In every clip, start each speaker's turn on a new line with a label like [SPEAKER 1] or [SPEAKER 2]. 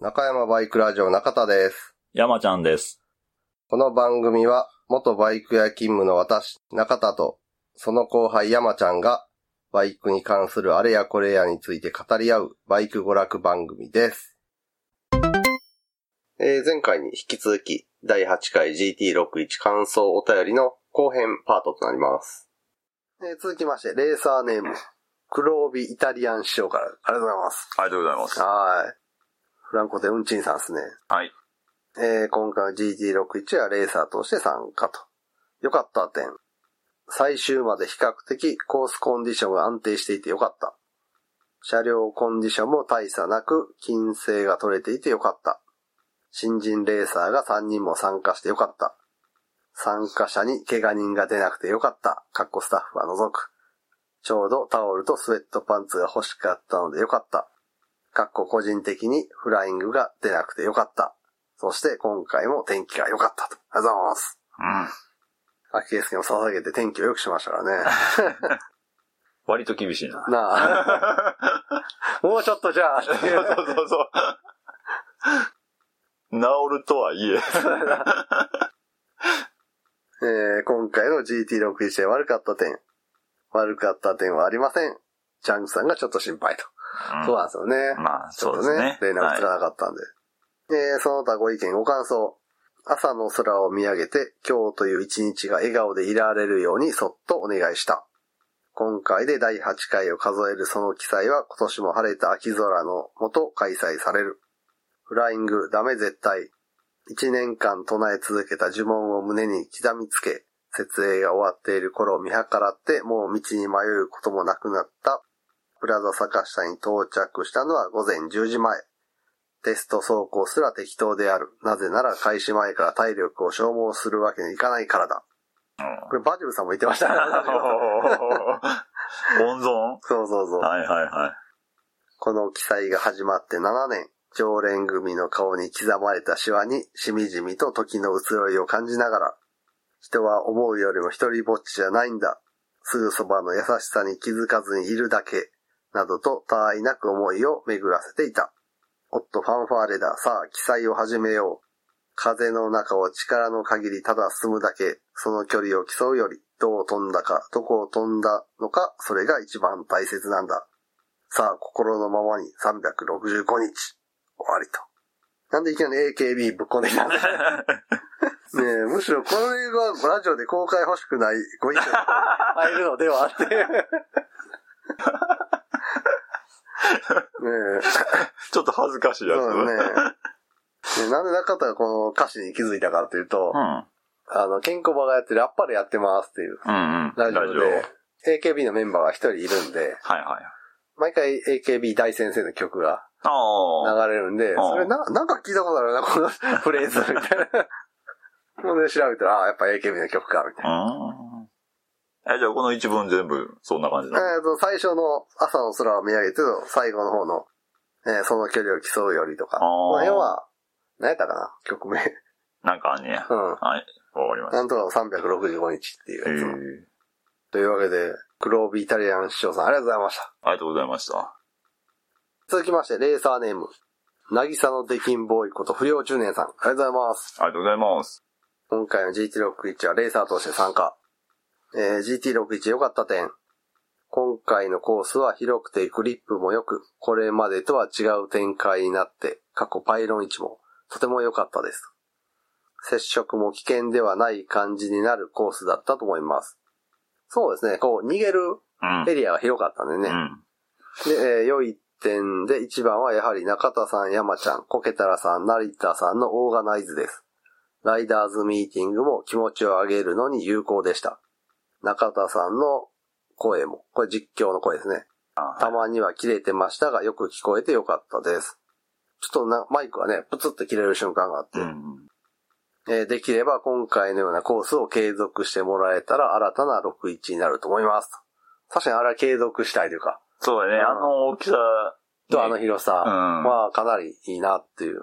[SPEAKER 1] 中山バイクラジオ中田です。
[SPEAKER 2] 山ちゃんです。
[SPEAKER 1] この番組は、元バイク屋勤務の私、中田と、その後輩山ちゃんが、バイクに関するあれやこれやについて語り合う、バイク娯楽番組です。えー前回に引き続き、第8回 GT61 感想お便りの後編パートとなります。えー続きまして、レーサーネーム、黒帯イタリアン師匠から、ありがとうございます。
[SPEAKER 2] ありがとうございます。
[SPEAKER 1] はい。フランコでうんちんさんですね。
[SPEAKER 2] はい。
[SPEAKER 1] えー今回の GT61 はレーサーとして参加と。良かった点。最終まで比較的コースコンディションが安定していて良かった。車両コンディションも大差なく、金星が取れていて良かった。新人レーサーが3人も参加して良かった。参加者に怪我人が出なくて良かった。かっこスタッフは除く。ちょうどタオルとスウェットパンツが欲しかったので良かった。かっこ個人的にフライングが出なくてよかった。そして今回も天気が良かったと。ありがとうございます。
[SPEAKER 2] うん。
[SPEAKER 1] 秋江介も捧げて天気を良くしましたからね。
[SPEAKER 2] 割と 厳しいな。
[SPEAKER 1] なあ、もうちょっとじゃあ、
[SPEAKER 2] そうそうそうそう。治るとはいえ。
[SPEAKER 1] えー今回の GT61 で悪かった点。悪かった点はありません。ジャンクさんがちょっと心配と。そうなんですよね。
[SPEAKER 2] まあ、
[SPEAKER 1] ちょ
[SPEAKER 2] そ
[SPEAKER 1] っ
[SPEAKER 2] う
[SPEAKER 1] と
[SPEAKER 2] です
[SPEAKER 1] ね連
[SPEAKER 2] ね、。
[SPEAKER 1] 絡つかなかったんで。えーその他ご意見ご感想。朝の空を見上げて、今日という一日が笑顔でいられるようにそっとお願いした。今回で第8回を数えるその記載は今年も晴れた秋空のもと開催される。フライングダメ絶対。1年間唱え続けた呪文を胸に刻みつけ、設営が終わっている頃を見計らってもう道に迷うこともなくなったプラザ坂下に到着したのは午前10時前。テスト走行すら適当である。なぜなら開始前から体力を消耗するわけにいかないからだ。これバジルさんも言ってま したね
[SPEAKER 2] 温存
[SPEAKER 1] そうそうそう。
[SPEAKER 2] はいはいは
[SPEAKER 1] この記載が始まって7年、常連組の顔に刻まれたシワにしみじみと時の移ろいを感じながら、人は思うよりも一人ぼっちじゃないんだ。すぐそばの優しさに気づかずにいるだけ、などと他愛なく思いを巡らせていた。おっとファンファーレだ。さあ、記載を始めよう。風の中を力の限りただ進むだけ、その距離を競うより、どう飛んだか、どこを飛んだのか、それが一番大切なんだ。さあ、心のままに365日、終わりと。なんでいきなり AKB ぶっこんできたんだねえ、むしろこれはラジオで公開欲しくないご意見が 入るのではって。ねえ、
[SPEAKER 2] い。ちょっと恥ずかしいやつ。
[SPEAKER 1] そうね。ねなんで中田がこの歌詞に気づいたかというと
[SPEAKER 2] う、ん。
[SPEAKER 1] あの、ケンコバがやってるアッパレやってますっていう
[SPEAKER 2] うんうん。
[SPEAKER 1] ラジ
[SPEAKER 2] ラ
[SPEAKER 1] オ
[SPEAKER 2] ジオはい
[SPEAKER 1] で、AKB のメンバーが一人いるんで、
[SPEAKER 2] はい。
[SPEAKER 1] 毎回 AKB 大先生の曲が
[SPEAKER 2] ああ。
[SPEAKER 1] 流れるんで、
[SPEAKER 2] ああ
[SPEAKER 1] それな、なんか聞いたことあるな、このフレーズ、みたいな。 ほんで調べたら、あやっぱ AKB の曲か、みたいな。
[SPEAKER 2] うん。え、じゃあこの一文全部、そんな感じなの
[SPEAKER 1] えーと、最初の朝の空を見上げてと、最後の方の、えーその距離を競うよりとか、
[SPEAKER 2] あー
[SPEAKER 1] この辺は、何やったかな、曲名。
[SPEAKER 2] なんかあんねや。
[SPEAKER 1] うん。
[SPEAKER 2] はい。わかりまし
[SPEAKER 1] なんとかの365日っていう
[SPEAKER 2] た。へ
[SPEAKER 1] やつも。
[SPEAKER 2] え。
[SPEAKER 1] というわけで、クロービーイタリアン師匠さんありがとうございました。
[SPEAKER 2] ありがとうございました。
[SPEAKER 1] 続きまして、レーサーネーム。なぎさのデキンボーイこと不良中年さん。ありがとうございます。
[SPEAKER 2] ありがとうございます。
[SPEAKER 1] 今回の GT61 はレーサーとして参加。えー GT61 良かった点。今回のコースは広くてグリップも良く、これまでとは違う展開になって、過去パイロン位置もとても良かったです。接触も危険ではない感じになるコースだったと思います。そうですね、こう逃げる
[SPEAKER 2] うん。
[SPEAKER 1] エリアが広かったんでね。
[SPEAKER 2] うん。
[SPEAKER 1] で、えー良い点で一番はやはり中田さん、山ちゃん、コケタラさん、成田さんのオーガナイズです。ライダーズミーティングも気持ちを上げるのに有効でした。中田さんの声も、これ実況の声ですね。
[SPEAKER 2] あ
[SPEAKER 1] たまには切れてましたが、よく聞こえてよかったです。ちょっとな、マイクがね、プツッと切れる瞬間があって、
[SPEAKER 2] うん。
[SPEAKER 1] えーできれば今回のようなコースを継続してもらえたら新たな61になると思います。確かにあれは継続したいというか、
[SPEAKER 2] そうだね。あの大きさ。
[SPEAKER 1] とあの広さ、
[SPEAKER 2] うん。
[SPEAKER 1] まあ、かなりいいなっていう。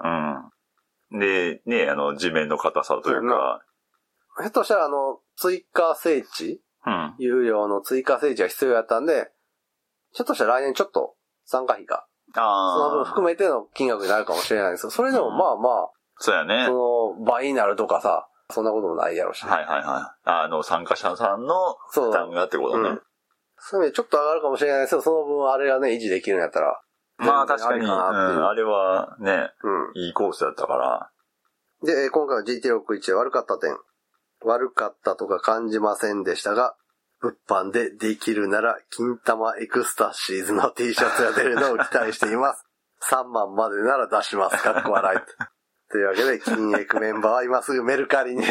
[SPEAKER 2] うん。で、ね、あの、地面の硬さというか、
[SPEAKER 1] ひょっとしたら、あの、追加整地
[SPEAKER 2] うん。
[SPEAKER 1] 有料の追加整地が必要やったんで、ちょっとしたら来年ちょっと参加費がその分
[SPEAKER 2] ああ。
[SPEAKER 1] 含めての金額になるかもしれないんですよ。それでもまあま
[SPEAKER 2] そうや
[SPEAKER 1] あ、
[SPEAKER 2] ね。
[SPEAKER 1] その倍になるとかさ、そんなこともないやろうし。
[SPEAKER 2] はいはいはい。あの、参加者さんの
[SPEAKER 1] そう
[SPEAKER 2] 負担がってことね。
[SPEAKER 1] うんそういう意味でちょっと上がるかもしれないですけど、その分あれがね、維持できるんやったら。
[SPEAKER 2] まあ確かに、
[SPEAKER 1] 全
[SPEAKER 2] うん、
[SPEAKER 1] 然ありかなっていう
[SPEAKER 2] あれはね、
[SPEAKER 1] うん。
[SPEAKER 2] いいコースだったから。
[SPEAKER 1] で、えー今回の GT61 悪かった点。悪かったとか感じませんでしたが、物販でできるなら、金玉エクスタシーズの T シャツが出るのを期待しています。3万 までなら出します。かっこ笑い。というわけで、金エクメンバーは今すぐメルカリに。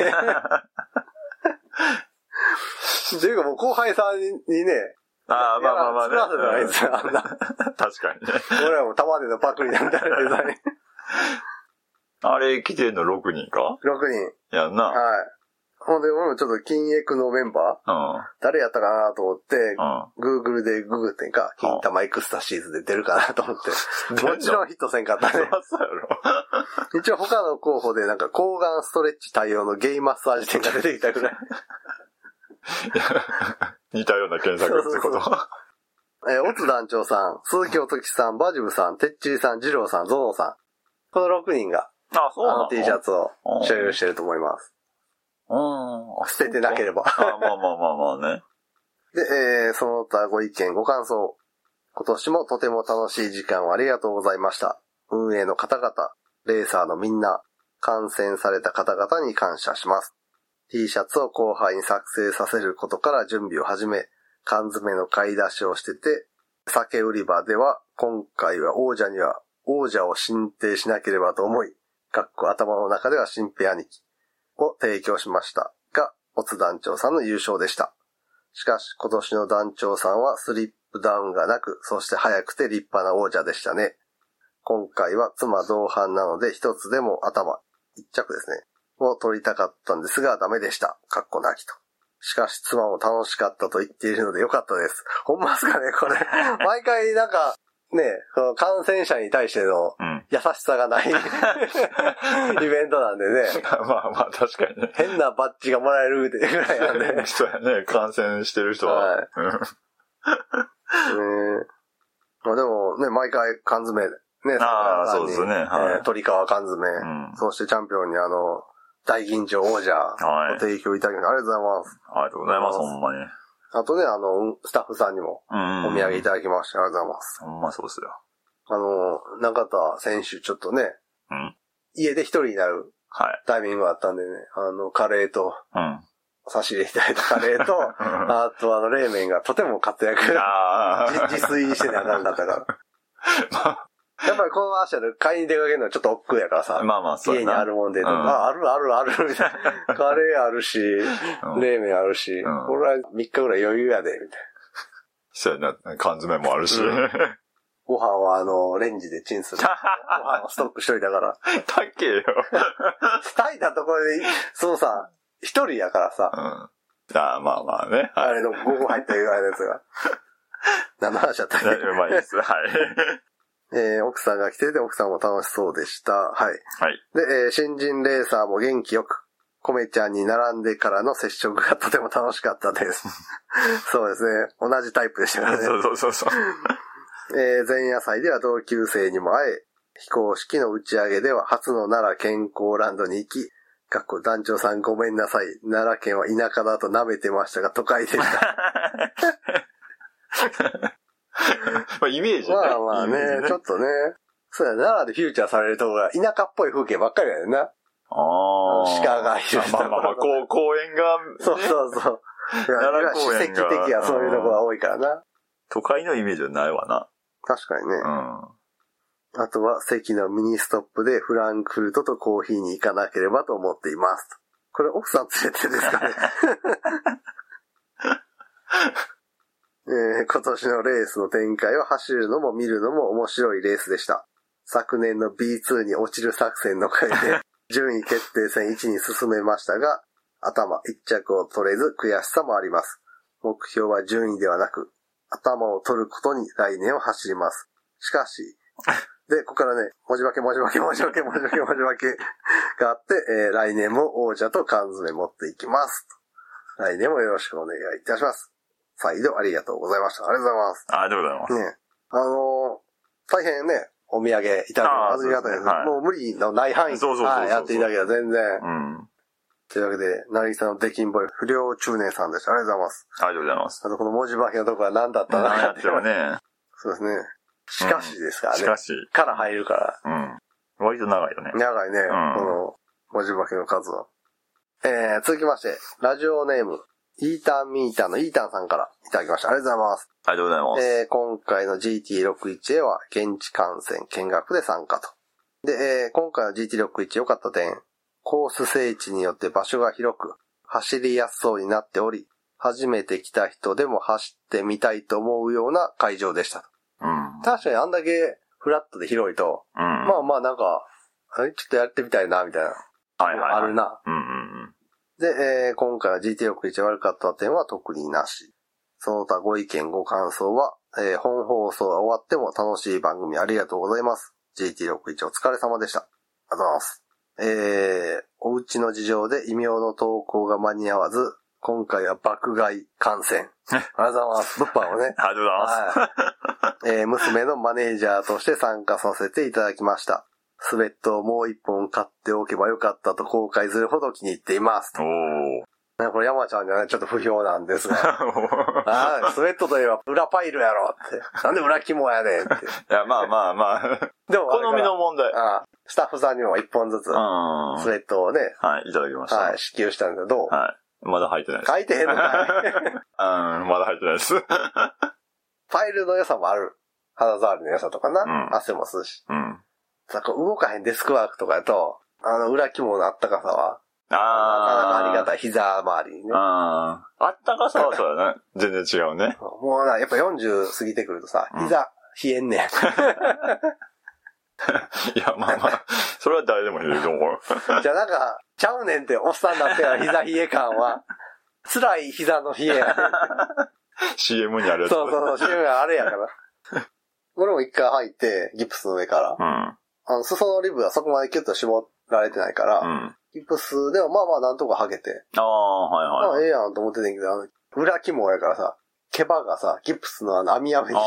[SPEAKER 1] というかもう後輩さんにね、
[SPEAKER 2] ああ、まあまあまあ
[SPEAKER 1] いや作らせたらいい
[SPEAKER 2] ね。
[SPEAKER 1] ですよあんな。
[SPEAKER 2] 確かにね。
[SPEAKER 1] 俺らも玉でのパクリなんだけど、6
[SPEAKER 2] あれ来てんの6人か
[SPEAKER 1] 人。
[SPEAKER 2] やんな。
[SPEAKER 1] はい。ほんで、俺もちょっと金エクのメンバー
[SPEAKER 2] うん。
[SPEAKER 1] 誰やったかなと思って、
[SPEAKER 2] うん。
[SPEAKER 1] Google でググってんか、金玉エクスタシーズで出るかなと思 って。もちろんヒットせんかった
[SPEAKER 2] そ
[SPEAKER 1] ね
[SPEAKER 2] ら。そうやろ。
[SPEAKER 1] 一応他の候補でなんか抗がんストレッチ対応のゲイマッサージ店が出てきたぐ らい。
[SPEAKER 2] 似たような検索ってこと。
[SPEAKER 1] そうそえー、オツ団長さん、鈴木おときさん、バジブさん、てっちりさん、ジローさん、ゾノさん。この6人が、
[SPEAKER 2] あ、
[SPEAKER 1] あ
[SPEAKER 2] そうな
[SPEAKER 1] の
[SPEAKER 2] の
[SPEAKER 1] T シャ。ツを
[SPEAKER 2] うん
[SPEAKER 1] 所有してると思います。
[SPEAKER 2] うん。あ
[SPEAKER 1] 捨ててなければ。
[SPEAKER 2] あまあまあまあまあね。
[SPEAKER 1] で、えーその他ご意見、ご感想。今年もとても楽しい時間をありがとうございました。運営の方々、レーサーのみんな、感染された方々に感謝します。T シャツを後輩に作成させることから準備を始め、缶詰の買い出しをしてて、酒売り場では今回は王者には王者を進呈しなければと思い、かっこ頭の中では新平兄貴を提供しましたが、オツ団長さんの優勝でした。しかし、今年の団長さんはスリップダウンがなく、そして早くて立派な王者でしたね。今回は妻同伴なので一つでも頭、一着ですね、を取りたかったんですがダメでした。かっこなきと。しかし、妻も楽しかったと言っているのでよかったです。ほんますかね、これ。毎回なんか、ね、その感染者に対しての
[SPEAKER 2] うん。
[SPEAKER 1] 優しさがないイベントなんでね、
[SPEAKER 2] まあまあ確かにね。
[SPEAKER 1] 変なバッジがもらえるっていうぐらいなんで。
[SPEAKER 2] そうやね。感染してる人は。
[SPEAKER 1] はい
[SPEAKER 2] うん
[SPEAKER 1] ねまあでもね、毎回缶詰、ね、
[SPEAKER 2] ああ
[SPEAKER 1] 桜さんに
[SPEAKER 2] そうですねはい
[SPEAKER 1] えー鳥皮缶詰、
[SPEAKER 2] ん
[SPEAKER 1] そしてチャンピオンにあの、大吟醸王者、
[SPEAKER 2] はい
[SPEAKER 1] ご提供いただきありがとうございます。
[SPEAKER 2] ありがとうございます、ほんまに。
[SPEAKER 1] あとね、あの、スタッフさんにも
[SPEAKER 2] うん。
[SPEAKER 1] お土産いただきまして、ありがとうございます。
[SPEAKER 2] ほんまそうっすよ。
[SPEAKER 1] あの、中田選手、ちょっとね、
[SPEAKER 2] うん。
[SPEAKER 1] 家で一人になる
[SPEAKER 2] はい。
[SPEAKER 1] タイミングがあったんでね、あの、カレーと、
[SPEAKER 2] うん。あ
[SPEAKER 1] 差し入れいただいたカレーと、 あとあの、冷麺がとても活躍、
[SPEAKER 2] あ
[SPEAKER 1] 自自炊してなあかんかったから。
[SPEAKER 2] ま
[SPEAKER 1] やっぱりこの足で買いに出かけるのはちょっと億劫やからさ。
[SPEAKER 2] あまあまあ、そう
[SPEAKER 1] 家
[SPEAKER 2] や
[SPEAKER 1] に
[SPEAKER 2] な。
[SPEAKER 1] あるもんで、
[SPEAKER 2] うん
[SPEAKER 1] あ、あるあるある、みたいな。 カレーあるし、
[SPEAKER 2] うん
[SPEAKER 1] 冷麺あるし、
[SPEAKER 2] ん
[SPEAKER 1] これは3日ぐらい余裕やで、みたいな。
[SPEAKER 2] そうやな。缶詰もあるし。
[SPEAKER 1] う
[SPEAKER 2] だ
[SPEAKER 1] ご飯はあの、レンジでチンする。ご飯をストックしといたから。
[SPEAKER 2] っけよ。
[SPEAKER 1] 炊いたところで、そのさ、一人やから
[SPEAKER 2] う
[SPEAKER 1] さ、
[SPEAKER 2] ん。ああ、まあまあ ね。
[SPEAKER 1] あ
[SPEAKER 2] はい。
[SPEAKER 1] れの午後入った言われたやつ が。何の話だったっけ
[SPEAKER 2] まあいいっす。はい。
[SPEAKER 1] えー奥さんが来てて奥さんも楽しそうでした。はい。
[SPEAKER 2] はい。
[SPEAKER 1] で、えー新人レーサーも元気よく、コメちゃんに並んでからの接触がとても楽しかった です。そうですね。同じタイプでしたからね。
[SPEAKER 2] そうそうそうそう。
[SPEAKER 1] えー前夜祭では同級生にも会え、非公式の打ち上げでは初の奈良健康ランドに行き、かっこ団長さんごめんなさい。奈良県は田舎だと舐めてましたが都会で した。
[SPEAKER 2] まあイメージね。
[SPEAKER 1] まあまあ
[SPEAKER 2] イメージ
[SPEAKER 1] ね、ちょっとね。そうや、奈良でフューチャーされるとこが田舎っぽい風景ばっかりだよな。
[SPEAKER 2] ああ。
[SPEAKER 1] 鹿がいるとこ
[SPEAKER 2] まあまあまあ、こう、公園が、
[SPEAKER 1] そうそうそう。いや
[SPEAKER 2] 奈良公
[SPEAKER 1] 史
[SPEAKER 2] 園が
[SPEAKER 1] 跡的やそういうとこが多いからな。
[SPEAKER 2] 都会のイメージはないわな。
[SPEAKER 1] 確かにね。
[SPEAKER 2] うん。
[SPEAKER 1] あとは席のミニストップでフランクフルトとコーヒーに行かなければと思っています。これ奥さん連れてですかね。えー今年のレースの展開は走るのも見るのも面白いレースでした。昨年の B2 に落ちる作戦の回で順位決定戦1に進めましたが、頭1着を取れず悔しさもあります。目標は順位ではなく、頭を取ることに来年を走ります。しかし、で、ここからね、文字化け、文字化け、文字化け、文字化け、文字化けがあって、えー来年も王者と缶詰持っていきます。来年もよろしくお願いいたします。再度ありがとうございました。ありがとうございます。
[SPEAKER 2] ありがとうございます。
[SPEAKER 1] ねえあの大変ね、お土産いただくのはありがたいです。
[SPEAKER 2] あーそうですねはい
[SPEAKER 1] もう無理のない範囲で、
[SPEAKER 2] そうそうそうそう
[SPEAKER 1] はいやっていただけたら全然。
[SPEAKER 2] うん。
[SPEAKER 1] というわけで、成木さんの出禁ボーイ、不良中年さんでした。ありがとうございます。
[SPEAKER 2] ありがとうございます。
[SPEAKER 1] あと、この文字化けのとこは何だったの
[SPEAKER 2] 何
[SPEAKER 1] か
[SPEAKER 2] やっても
[SPEAKER 1] ね。
[SPEAKER 2] ね。
[SPEAKER 1] そうですね。しかしですからね。
[SPEAKER 2] しかし、
[SPEAKER 1] から入るから。
[SPEAKER 2] うん。割と長いよね。
[SPEAKER 1] 長いね、
[SPEAKER 2] ん
[SPEAKER 1] この文字化けの数は。えー、続きまして、ラジオネーム、イータンミータンのイータンさんからいただきました。ありがとうございます。
[SPEAKER 2] ありがとうございます。
[SPEAKER 1] えー今回の GT61A は現地観戦見学で参加と。で、えー今回の GT61 良かった点、コース整地によって場所が広く、走りやすそうになっており、初めて来た人でも走ってみたいと思うような会場でした。
[SPEAKER 2] うん。
[SPEAKER 1] 確かにあんだけフラットで広いと、
[SPEAKER 2] うん。
[SPEAKER 1] まあまあなんか、あれちょっとやってみたいな、みたいな、
[SPEAKER 2] あ、はいはい、はい。
[SPEAKER 1] ある。な。
[SPEAKER 2] うんうんうん。
[SPEAKER 1] で、えー今回は GT61 悪かった点は特になし。その他ご意見ご感想は、えー本放送が終わっても楽しい番組ありがとうございます。GT61 お疲れ様でした。ありがとうございます。えー、お家の事情で異名の投稿が間に合わず、今回は爆買い感 染。ありがとうございます。物販をね。
[SPEAKER 2] ありがとうございます。
[SPEAKER 1] はい。えー娘のマネージャーとして参加させていただきました。スウェットをもう一本買っておけばよかったと後悔するほど気に入っています。ね、これ山ちゃんじゃない、ちょっと不評なんです が。
[SPEAKER 2] おー。
[SPEAKER 1] ああ、スウェットといえば裏パイルやろって。なんで裏肝やねんって。
[SPEAKER 2] いや、まあまあまあ。
[SPEAKER 1] でもあれから
[SPEAKER 2] 好みの問題。
[SPEAKER 1] ああスタッフさんにも一本ずつ、
[SPEAKER 2] うん。
[SPEAKER 1] スウェットをね、
[SPEAKER 2] はい、いただきました。
[SPEAKER 1] は、
[SPEAKER 2] はい
[SPEAKER 1] 支給したんだけど、どう
[SPEAKER 2] い。まだ入ってないです。
[SPEAKER 1] 書いてへんの かい
[SPEAKER 2] うん、まだ入ってないです。
[SPEAKER 1] パイルの良さもある。肌触りの良さとかな。
[SPEAKER 2] うん
[SPEAKER 1] 汗も吸うし。
[SPEAKER 2] うん。
[SPEAKER 1] さこう動かへんデスクワークとかやと、あの裏肝のあったかさは、
[SPEAKER 2] あー。
[SPEAKER 1] なかなかありがた
[SPEAKER 2] い。
[SPEAKER 1] い。膝周りにね。
[SPEAKER 2] あー。あったかさはそうだね。全然違うね。
[SPEAKER 1] もうな、やっぱ40過ぎてくるとさ、
[SPEAKER 2] うん
[SPEAKER 1] 膝、冷えんねん。
[SPEAKER 2] いや、まあまあ。それは誰でもいると思う。
[SPEAKER 1] じゃあなんか、ちゃうねんって、おっさんだってから膝冷え感 は、辛い膝の冷えや、
[SPEAKER 2] CM にあ
[SPEAKER 1] ね。
[SPEAKER 2] る やつ。
[SPEAKER 1] そうそうそう、そういうのがあれやから。俺も一回入って、ギプスの上から。
[SPEAKER 2] うん。
[SPEAKER 1] あの、裾のリブがそこまでキュッと絞られてないから、
[SPEAKER 2] うん。
[SPEAKER 1] ギプスでもまあまあなんとか剥げて、
[SPEAKER 2] ああ、はい
[SPEAKER 1] ま
[SPEAKER 2] は
[SPEAKER 1] あ
[SPEAKER 2] い。
[SPEAKER 1] ええやんと思っててんけど、あの、裏肝やからさ、毛羽がさ、ギプスのあの網網に
[SPEAKER 2] あ、あ。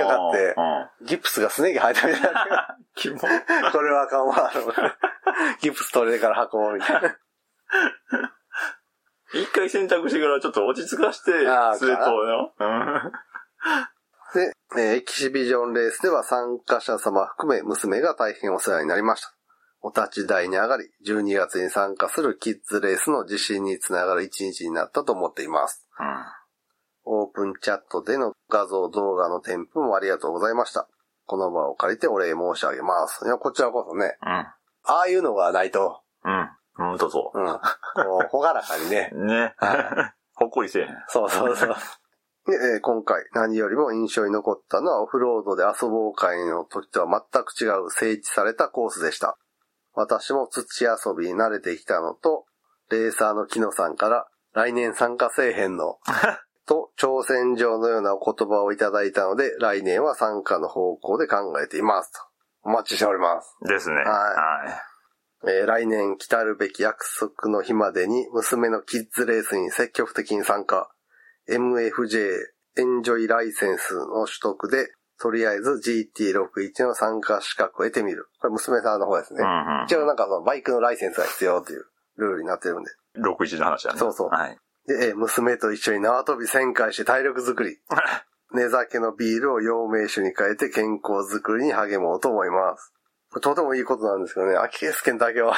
[SPEAKER 1] 引っかかって
[SPEAKER 2] うん。
[SPEAKER 1] ギプスがスネギ生えたみたいな。
[SPEAKER 2] キモ。
[SPEAKER 1] これはあかんわ、と思ってギプス取れてから運ぼう、みたいな。
[SPEAKER 2] 一回洗濯してからちょっと落ち着かして、スウ
[SPEAKER 1] あー
[SPEAKER 2] ェットをよ。うん。
[SPEAKER 1] で、えーエキシビジョンレースでは参加者様含め娘が大変お世話になりました。お立ち台に上がり、12月に参加するキッズレースの自信につながる一日になったと思っています。
[SPEAKER 2] うん
[SPEAKER 1] オープンチャットでの画像動画の添付もありがとうございました。この場を借りてお礼申し上げます。いや、こちらこそね、ああいうのがないと、
[SPEAKER 2] うん。うん。ほんと そ
[SPEAKER 1] うん、こう、ほがらかにね、
[SPEAKER 2] う。ね
[SPEAKER 1] は。
[SPEAKER 2] ほっこりせえへん。
[SPEAKER 1] そうそうそう。で、えー今回何よりも印象に残ったのはオフロードで遊ぼう会の時とは全く違う整地されたコースでした。私も土遊びに慣れてきたのと、レーサーの木野さんから来年参加せえへん の、と挑戦状のようなお言葉をいただいたので、来年は参加の方向で考えていますと。お待ちしております。
[SPEAKER 2] ですね。
[SPEAKER 1] い
[SPEAKER 2] は
[SPEAKER 1] えー来年来たるべき約束の日までに娘のキッズレースに積極的に参加。MFJ エンジョイライセンスの取得で、とりあえず GT61 の参加資格を得てみる。これ娘さんの方です
[SPEAKER 2] い。う
[SPEAKER 1] ね。
[SPEAKER 2] んうん
[SPEAKER 1] 一応なんかそのバイクのライセンスが必要というルールになってるんで。
[SPEAKER 2] 61の話だね。
[SPEAKER 1] そうそう
[SPEAKER 2] はい。
[SPEAKER 1] で、えー娘と一緒に縄跳び1000回して体力作り。 寝酒のビールを陽明酒に変えて健康づくりに励もうと思います。これとてもいいことなんですけどね、アキレス腱だけは。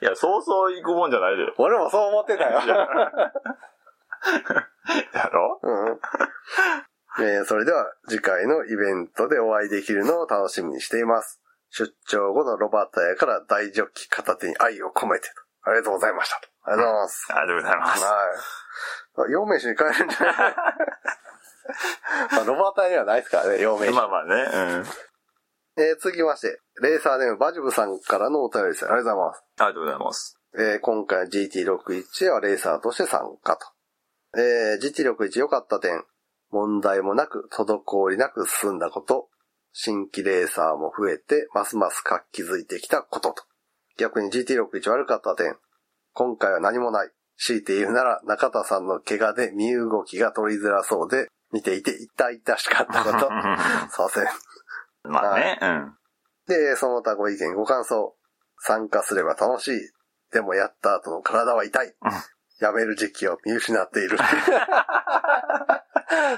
[SPEAKER 2] いや、そうそう行くもんじゃないで。
[SPEAKER 1] 俺もそう思って たよ。
[SPEAKER 2] やろ
[SPEAKER 1] うん。えーそれでは次回のイベントでお会いできるのを楽しみにしています。出張後のロバータ屋から大ジョッキ片手に愛を込めてと。ありがとうございましたと。ありがとうございます。
[SPEAKER 2] ありがとうございます。
[SPEAKER 1] はい。あ陽明酒に変えるんじゃない まあロバータ屋にはないですからね、陽明酒。
[SPEAKER 2] まあまあね。うん。
[SPEAKER 1] えー続きまして、レーサーネームバジブさんからのお便りです。ありがとうございます。
[SPEAKER 2] ありがとうございます。
[SPEAKER 1] えー今回 GT61 はレーサーとして参加と。えー GT61 良かった点、問題もなく、滞りなく進んだこと、新規レーサーも増えて、ますます活気づいてきたことと。逆に GT61 悪かった点、今回は何もない。強いて言うなら、中田さんの怪我で身動きが取りづらそうで、見ていて、痛々しかったこと、させん。
[SPEAKER 2] まあね、うん。
[SPEAKER 1] で、その他ご意見、ご感想。参加すれば楽しい。でもやった後の体は痛い。やめる時期を見失って いる。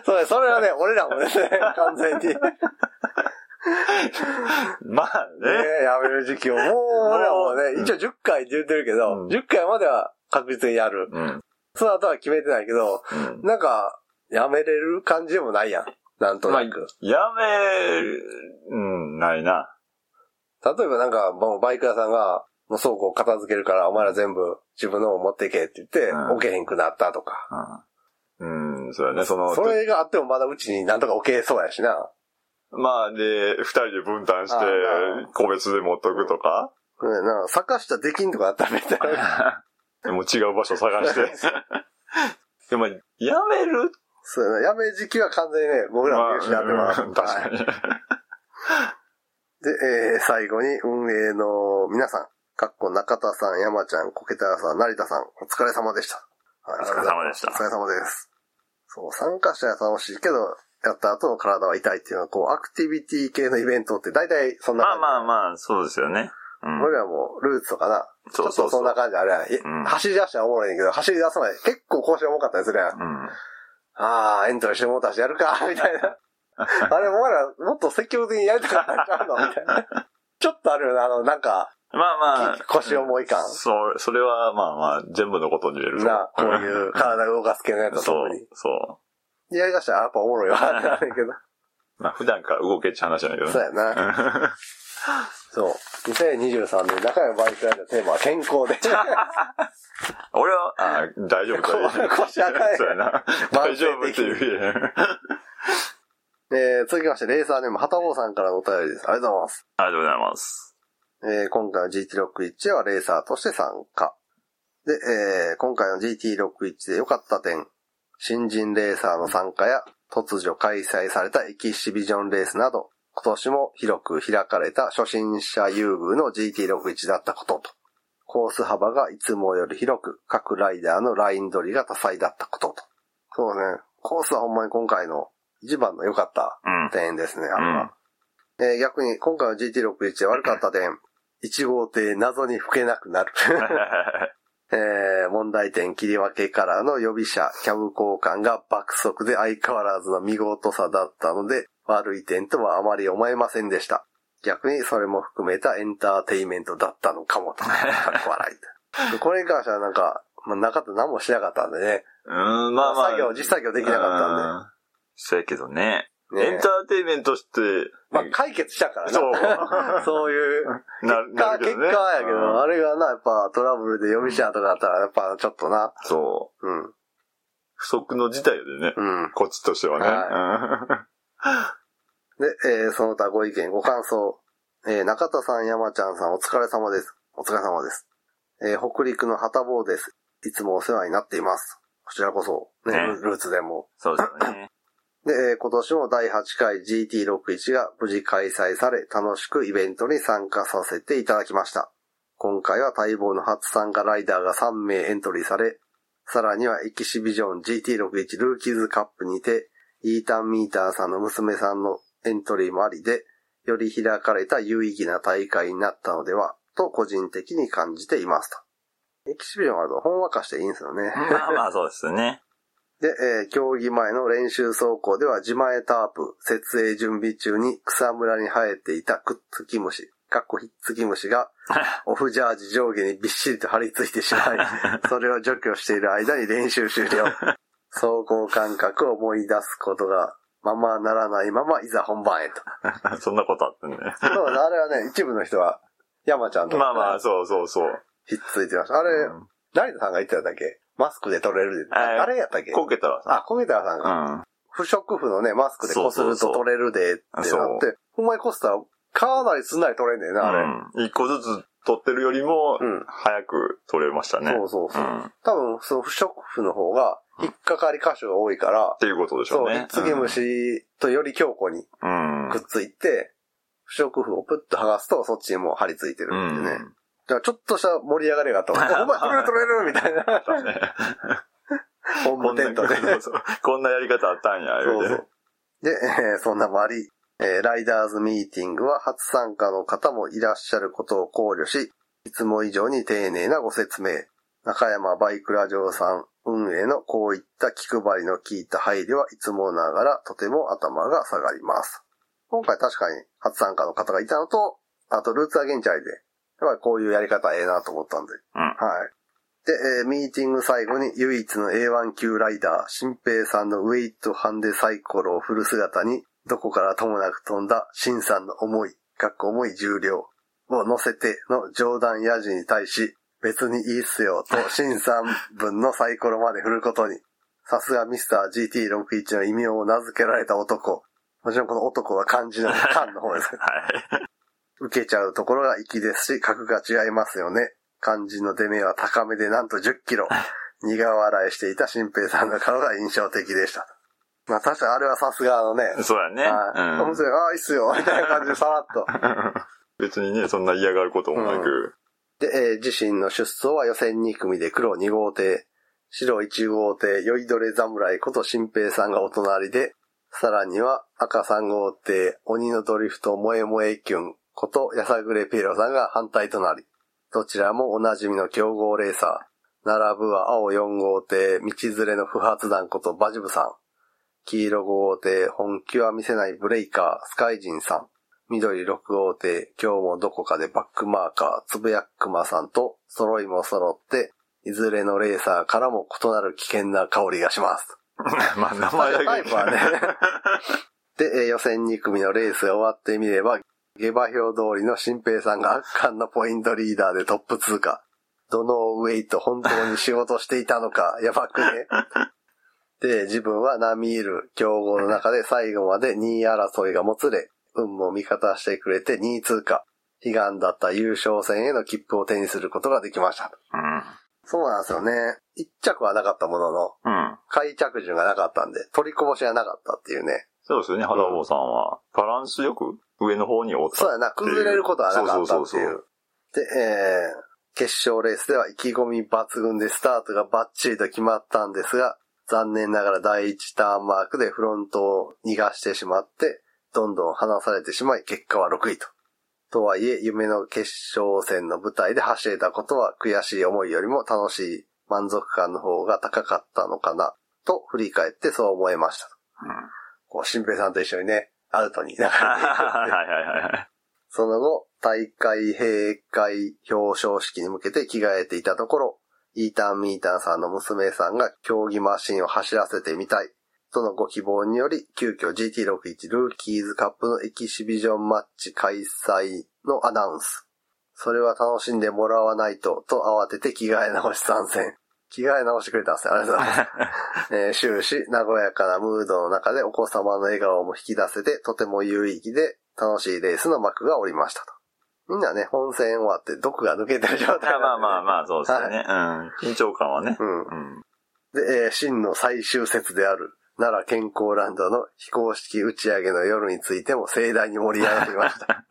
[SPEAKER 1] そうね、それはね、俺らも ですね、完全に。ね、
[SPEAKER 2] まあね。
[SPEAKER 1] やめる時期を、もう俺らもね、一応10回って言ってるけど、
[SPEAKER 2] うん
[SPEAKER 1] 10回までは確実にやる。
[SPEAKER 2] うん。
[SPEAKER 1] その後は決めてないけど、
[SPEAKER 2] うん
[SPEAKER 1] なんか、やめれる感じでもないやん。なんとなく。
[SPEAKER 2] やめる、うん、ないな。
[SPEAKER 1] 例えばなんか、もうバイク屋さんが、もう倉庫を片付けるから、お前ら全部自分のを持っていけって言って、
[SPEAKER 2] うん
[SPEAKER 1] 置けへんくなったとか。
[SPEAKER 2] うん、うんそうやね、その、
[SPEAKER 1] それがあってもまだうちになんとか置けそうやしな。
[SPEAKER 2] まあで、二人で分担して
[SPEAKER 1] ああ、
[SPEAKER 2] 個別で持っとくと か、
[SPEAKER 1] うん、なんか坂下できんとかあったらめっちゃ。
[SPEAKER 2] もう違う場所探 して。でも、やめる
[SPEAKER 1] そうやな。やめ時期は完全にね、僕らも見失ってます。
[SPEAKER 2] まあうん確か
[SPEAKER 1] はい
[SPEAKER 2] に。
[SPEAKER 1] で、えー最後に運営の皆さん、かっこ中田さん、山ちゃん、コケタラさん、成田さん、お疲れ様でした。はい
[SPEAKER 2] お疲れ様でした
[SPEAKER 1] お疲れ様です。そう、参加者は楽しいけど、やった後の体は痛いっていうのは、こう、アクティビティ系のイベントって大体そんな
[SPEAKER 2] まあ
[SPEAKER 1] 感じ。
[SPEAKER 2] まあまあ、そうですよね。うん。
[SPEAKER 1] 俺らもルーツとかな。
[SPEAKER 2] そう
[SPEAKER 1] ち
[SPEAKER 2] そう
[SPEAKER 1] ょ
[SPEAKER 2] そ
[SPEAKER 1] っとそん
[SPEAKER 2] う。
[SPEAKER 1] な感じあれやんいや
[SPEAKER 2] うん
[SPEAKER 1] 走り出したらおもろいねんけど、走り出さない。結構腰重かったりするやん。
[SPEAKER 2] うん。
[SPEAKER 1] ああ、エントリーしてもうたしやるか、 みたい な。あれ、お前らもっと積極的にやりたかったんちゃうのみたいな。ちょっとあるよね、あの、なんか、
[SPEAKER 2] まあまあ
[SPEAKER 1] き。腰重い感
[SPEAKER 2] そ、それはまあまあ、全部のことに言える。
[SPEAKER 1] な、こういう体動かす系のやつは
[SPEAKER 2] そ
[SPEAKER 1] 特
[SPEAKER 2] う
[SPEAKER 1] に。、
[SPEAKER 2] そ
[SPEAKER 1] やりだしたらやっぱおもろいわ、ってなるけど。
[SPEAKER 2] う。まあ、普段から動けっちゃ話じゃないけど
[SPEAKER 1] そう
[SPEAKER 2] ね。
[SPEAKER 1] やな。 そう。2023年、中山バイクライドのテーマは健康で。
[SPEAKER 2] 俺は、あ大丈夫とは言え
[SPEAKER 1] こ腰赤い
[SPEAKER 2] そうやな。
[SPEAKER 1] 慢
[SPEAKER 2] 大
[SPEAKER 1] 性
[SPEAKER 2] 丈夫って言えへん。
[SPEAKER 1] えー、続きまして、レーサーネーム、はたぼうさんからのお便りです。ありがとうございます。
[SPEAKER 2] ありがとうございます。
[SPEAKER 1] えー今回の GT61 はレーサーとして参加。で、えー今回の GT61 で良かった点、新人レーサーの参加や、突如開催されたエキシビジョンレースなど、今年も広く開かれた初心者優遇の GT61 だったことと、コース幅がいつもより広く、各ライダーのライン取りが多彩だったことと。そうね、コースはほんまに今回の一番の良かった
[SPEAKER 2] うん。
[SPEAKER 1] 点ですね、あ
[SPEAKER 2] う
[SPEAKER 1] れは。
[SPEAKER 2] ん。
[SPEAKER 1] えー逆に、今回の GT61 で悪かった点、1号艇謎に吹けなく なる、えー問題点切り分けからの予備車、キャブ交換が爆速で相変わらずの見事さだったので、悪い点とはあまり思えませんでした。逆にそれも含めたエンターテインメントだったのかも と。かっこ笑い。これに関してはなんか、まあ、なかった何もしなかったんでね。
[SPEAKER 2] うん、まあまあ。
[SPEAKER 1] 作業、実作業できなかった
[SPEAKER 2] うんそうやけどね。
[SPEAKER 1] んで。
[SPEAKER 2] エ
[SPEAKER 1] ね
[SPEAKER 2] ンターテインメントして、
[SPEAKER 1] まあ、解決したからね。
[SPEAKER 2] そう。
[SPEAKER 1] そういう
[SPEAKER 2] ななるけ
[SPEAKER 1] 結
[SPEAKER 2] どね。
[SPEAKER 1] 果はやけど、
[SPEAKER 2] うん
[SPEAKER 1] あれがな、やっぱトラブルで予備車とかだったら、やっぱちょっとな、
[SPEAKER 2] そう。
[SPEAKER 1] うん、
[SPEAKER 2] 不足の事態よね。
[SPEAKER 1] うん。
[SPEAKER 2] こっちとしてはね。
[SPEAKER 1] で、えーその他ご意見、ご感想。えー中田さん、山ちゃんさん、お疲れ様です。お疲れ様です。えー北陸の旗坊です。いつもお世話になっています。こちらこそ、ね、
[SPEAKER 2] ね
[SPEAKER 1] ルルーツでも。
[SPEAKER 2] そうですね。
[SPEAKER 1] で、えー今年も第8回 GT61 が無事開催され、楽しくイベントに参加させていただきました。今回は待望の初参加ライダーが3名エントリーされ、さらにはエキシビジョン GT61 ルーキーズカップにて、イータンミーターさんの娘さんのエントリーもありで、より開かれた有意義な大会になったのでは、と個人的に感じていますと。エキシビジョンあると、ほんわかしていいんですよね。
[SPEAKER 2] まあまあそうですね。
[SPEAKER 1] で、えー競技前の練習走行では自前タープ、設営準備中に草むらに生えていたくっつき虫、かっこひっつき虫 が、オフジャージ上下にびっしりと張り付いてしまい、それを除去している間に練習終了。走行感覚を思い出すことが、ままならないまま、いざ本番へと。
[SPEAKER 2] そんなことあってね。
[SPEAKER 1] そうあれはね、一部の人は、山ちゃんと、
[SPEAKER 2] まあまあ、そうそうそう。
[SPEAKER 1] ひっついてました。あれ、
[SPEAKER 2] うん
[SPEAKER 1] 成田さんが言ってたんだっけマスクで取れるで。あ
[SPEAKER 2] あ
[SPEAKER 1] あれやったっけ
[SPEAKER 2] こけたらさ。
[SPEAKER 1] あ、小木田さんが。不織布のね、マスクでこすると取れるでってなって、
[SPEAKER 2] そうそうそう
[SPEAKER 1] ほんまにこすったら、かなりすんなり取れんねんな、あれ。
[SPEAKER 2] うん。一個ずつ取ってるよりも
[SPEAKER 1] うん、
[SPEAKER 2] 早く取れましたね。
[SPEAKER 1] そうそうそう。
[SPEAKER 2] うん。っ
[SPEAKER 1] 多分、その不織布の方が、引っかかり箇所が多いから、
[SPEAKER 2] ていうことでしょ
[SPEAKER 1] そうう、ひ
[SPEAKER 2] ね
[SPEAKER 1] っ。つき虫とより強固に
[SPEAKER 2] うん。
[SPEAKER 1] くっついて、不織布をプッと剥がすと、そっちにもう張り付いてるっていうね。だからちょっとした盛り上がりがあったわ。お前、取れる取れるみたいな。
[SPEAKER 2] う
[SPEAKER 1] ホー
[SPEAKER 2] ん。こ
[SPEAKER 1] ム
[SPEAKER 2] ん
[SPEAKER 1] テント
[SPEAKER 2] な、
[SPEAKER 1] で。
[SPEAKER 2] そうそうこんなやり方あったんや、言
[SPEAKER 1] そう
[SPEAKER 2] て
[SPEAKER 1] そう。で、えーそんなもあり、えーライダーズミーティングは初参加の方もいらっしゃることを考慮し、いつも以上に丁寧なご説明。中山バイクラ嬢さん運営のこういった気配りの効いた配慮はいつもながらとても頭が下がります。今回確かに初参加の方がいたのと、あとルーツアゲンチャイで、やっぱりこういうやり方ええなと思ったんで。
[SPEAKER 2] うん
[SPEAKER 1] はい。で、えーミーティング最後に唯一の A1 級ライダー、新平さんのウェイトハンデサイコロを振る姿に、どこからともなく飛んだ、シンさんの重い、かっこ重い重量を乗せての冗談やじに対し、別にいいっすよと、シンさん分のサイコロまで振ることに、さすがミスター GT61 の異名を名付けられた男。もちろんこの男は漢字の漢の方です。
[SPEAKER 2] はい。
[SPEAKER 1] 受けちゃうところが粋ですし、格が違いますよね。漢字の出目は高めでなんと10キロ。苦笑いしていた新平さんの顔が印象的でした。まあ確かにあれはさすがのね。
[SPEAKER 2] そうやね。
[SPEAKER 1] はい。
[SPEAKER 2] うん
[SPEAKER 1] 面白い。ああ、いいっすよ。みたいな感じでさらっと。
[SPEAKER 2] 別にね、そんな嫌がることもなく。
[SPEAKER 1] で、えー自身の出走は予選2組で黒2号艇、白1号艇、酔いどれ侍こと新平さんがお隣で、さらには赤3号艇、鬼のドリフト萌え萌えキュンことやさぐれピエロさんが反対となり、どちらもおなじみの競合レーサー、並ぶは青4号艇、道連れの不発弾ことバジブさん、黄色5号艇、本気は見せないブレイカー、スカイジンさん、緑6号艇、今日もどこかでバックマーカー、つぶやっくまさんと揃いも揃って、いずれのレーサーからも異なる危険な香りがします。
[SPEAKER 2] まあ、名前だけ。
[SPEAKER 1] タイプは ね。で、えー予選2組のレースが終わってみれば、下馬評通りの新平さんが圧巻のポイントリーダーでトップ通過。どのウェイト本当に仕事していたのか、 やばくね。で、自分は並みいる競合の中で最後まで2位争いがもつれ、運も味方してくれて2位通過。悲願だった優勝戦への切符を手にすることができました。そうなんですよね。一着はなかったものの、
[SPEAKER 2] うん。うん。
[SPEAKER 1] 開着順がなかったんで、取りこぼしがなかったっていうね。
[SPEAKER 2] そうですよね、原坊さんは。バランスよく上の方におっ
[SPEAKER 1] そう
[SPEAKER 2] た。
[SPEAKER 1] やな、崩れることはなかったってい
[SPEAKER 2] そう
[SPEAKER 1] う。で、えー、決勝レースでは意気込み抜群でスタートがバッチリと決まったんですが、残念ながら第1ターンマークでフロントを逃がしてしまって、どんどん離されてしまい、結果は6位と。とはいえ、夢の決勝戦の舞台で走れたことは悔しい思いよりも楽しい満足感の方が高かったのかな、と振り返ってそう思いました。
[SPEAKER 2] うん
[SPEAKER 1] こう、新平さんと一緒にね、アウトに流れていく
[SPEAKER 2] はいはいはいはい。
[SPEAKER 1] その後、大会閉会表彰式に向けて着替えていたところ、イータン・ミータンさんの娘さんが競技マシンを走らせてみたい。とのご希望により、急遽 GT61 ルーキーズカップのエキシビジョンマッチ開催のアナウンス。それは楽しんでもらわないと、と慌てて着替え直し参戦。着替え直してくれたんですね。ありがとうございます。えー終始、和やかなムードの中でお子様の笑顔も引き出せて、とても有意義で楽しいレースの幕が降りましたと。みんなね、本戦終わって毒が抜けてる状態な んでね、
[SPEAKER 2] まあまあまあ、そうですよね。うん。緊張感はね。
[SPEAKER 1] うん。
[SPEAKER 2] うん。
[SPEAKER 1] で、えー真の最終節である、奈良健康ランドの非公式打ち上げの夜についても盛大に盛り上がりました。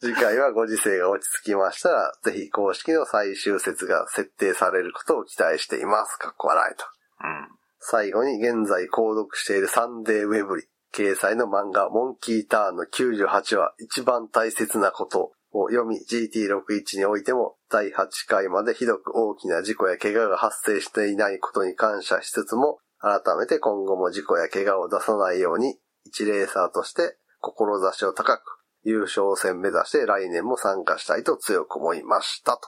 [SPEAKER 1] 次回はご時世が落ち着きましたら、ぜひ公式の最終節が設定されることを期待しています。かっこ笑いと。最後に現在購読しているサンデーウェブリ掲載の漫画モンキーターンの98話一番大切なことを読み GT61 においても第8回までひどく大きな事故や怪我が発生していないことに感謝しつつも改めて今後も事故や怪我を出さないように一レーサーとして志を高く優勝戦目指して来年も参加したいと強く思いましたと。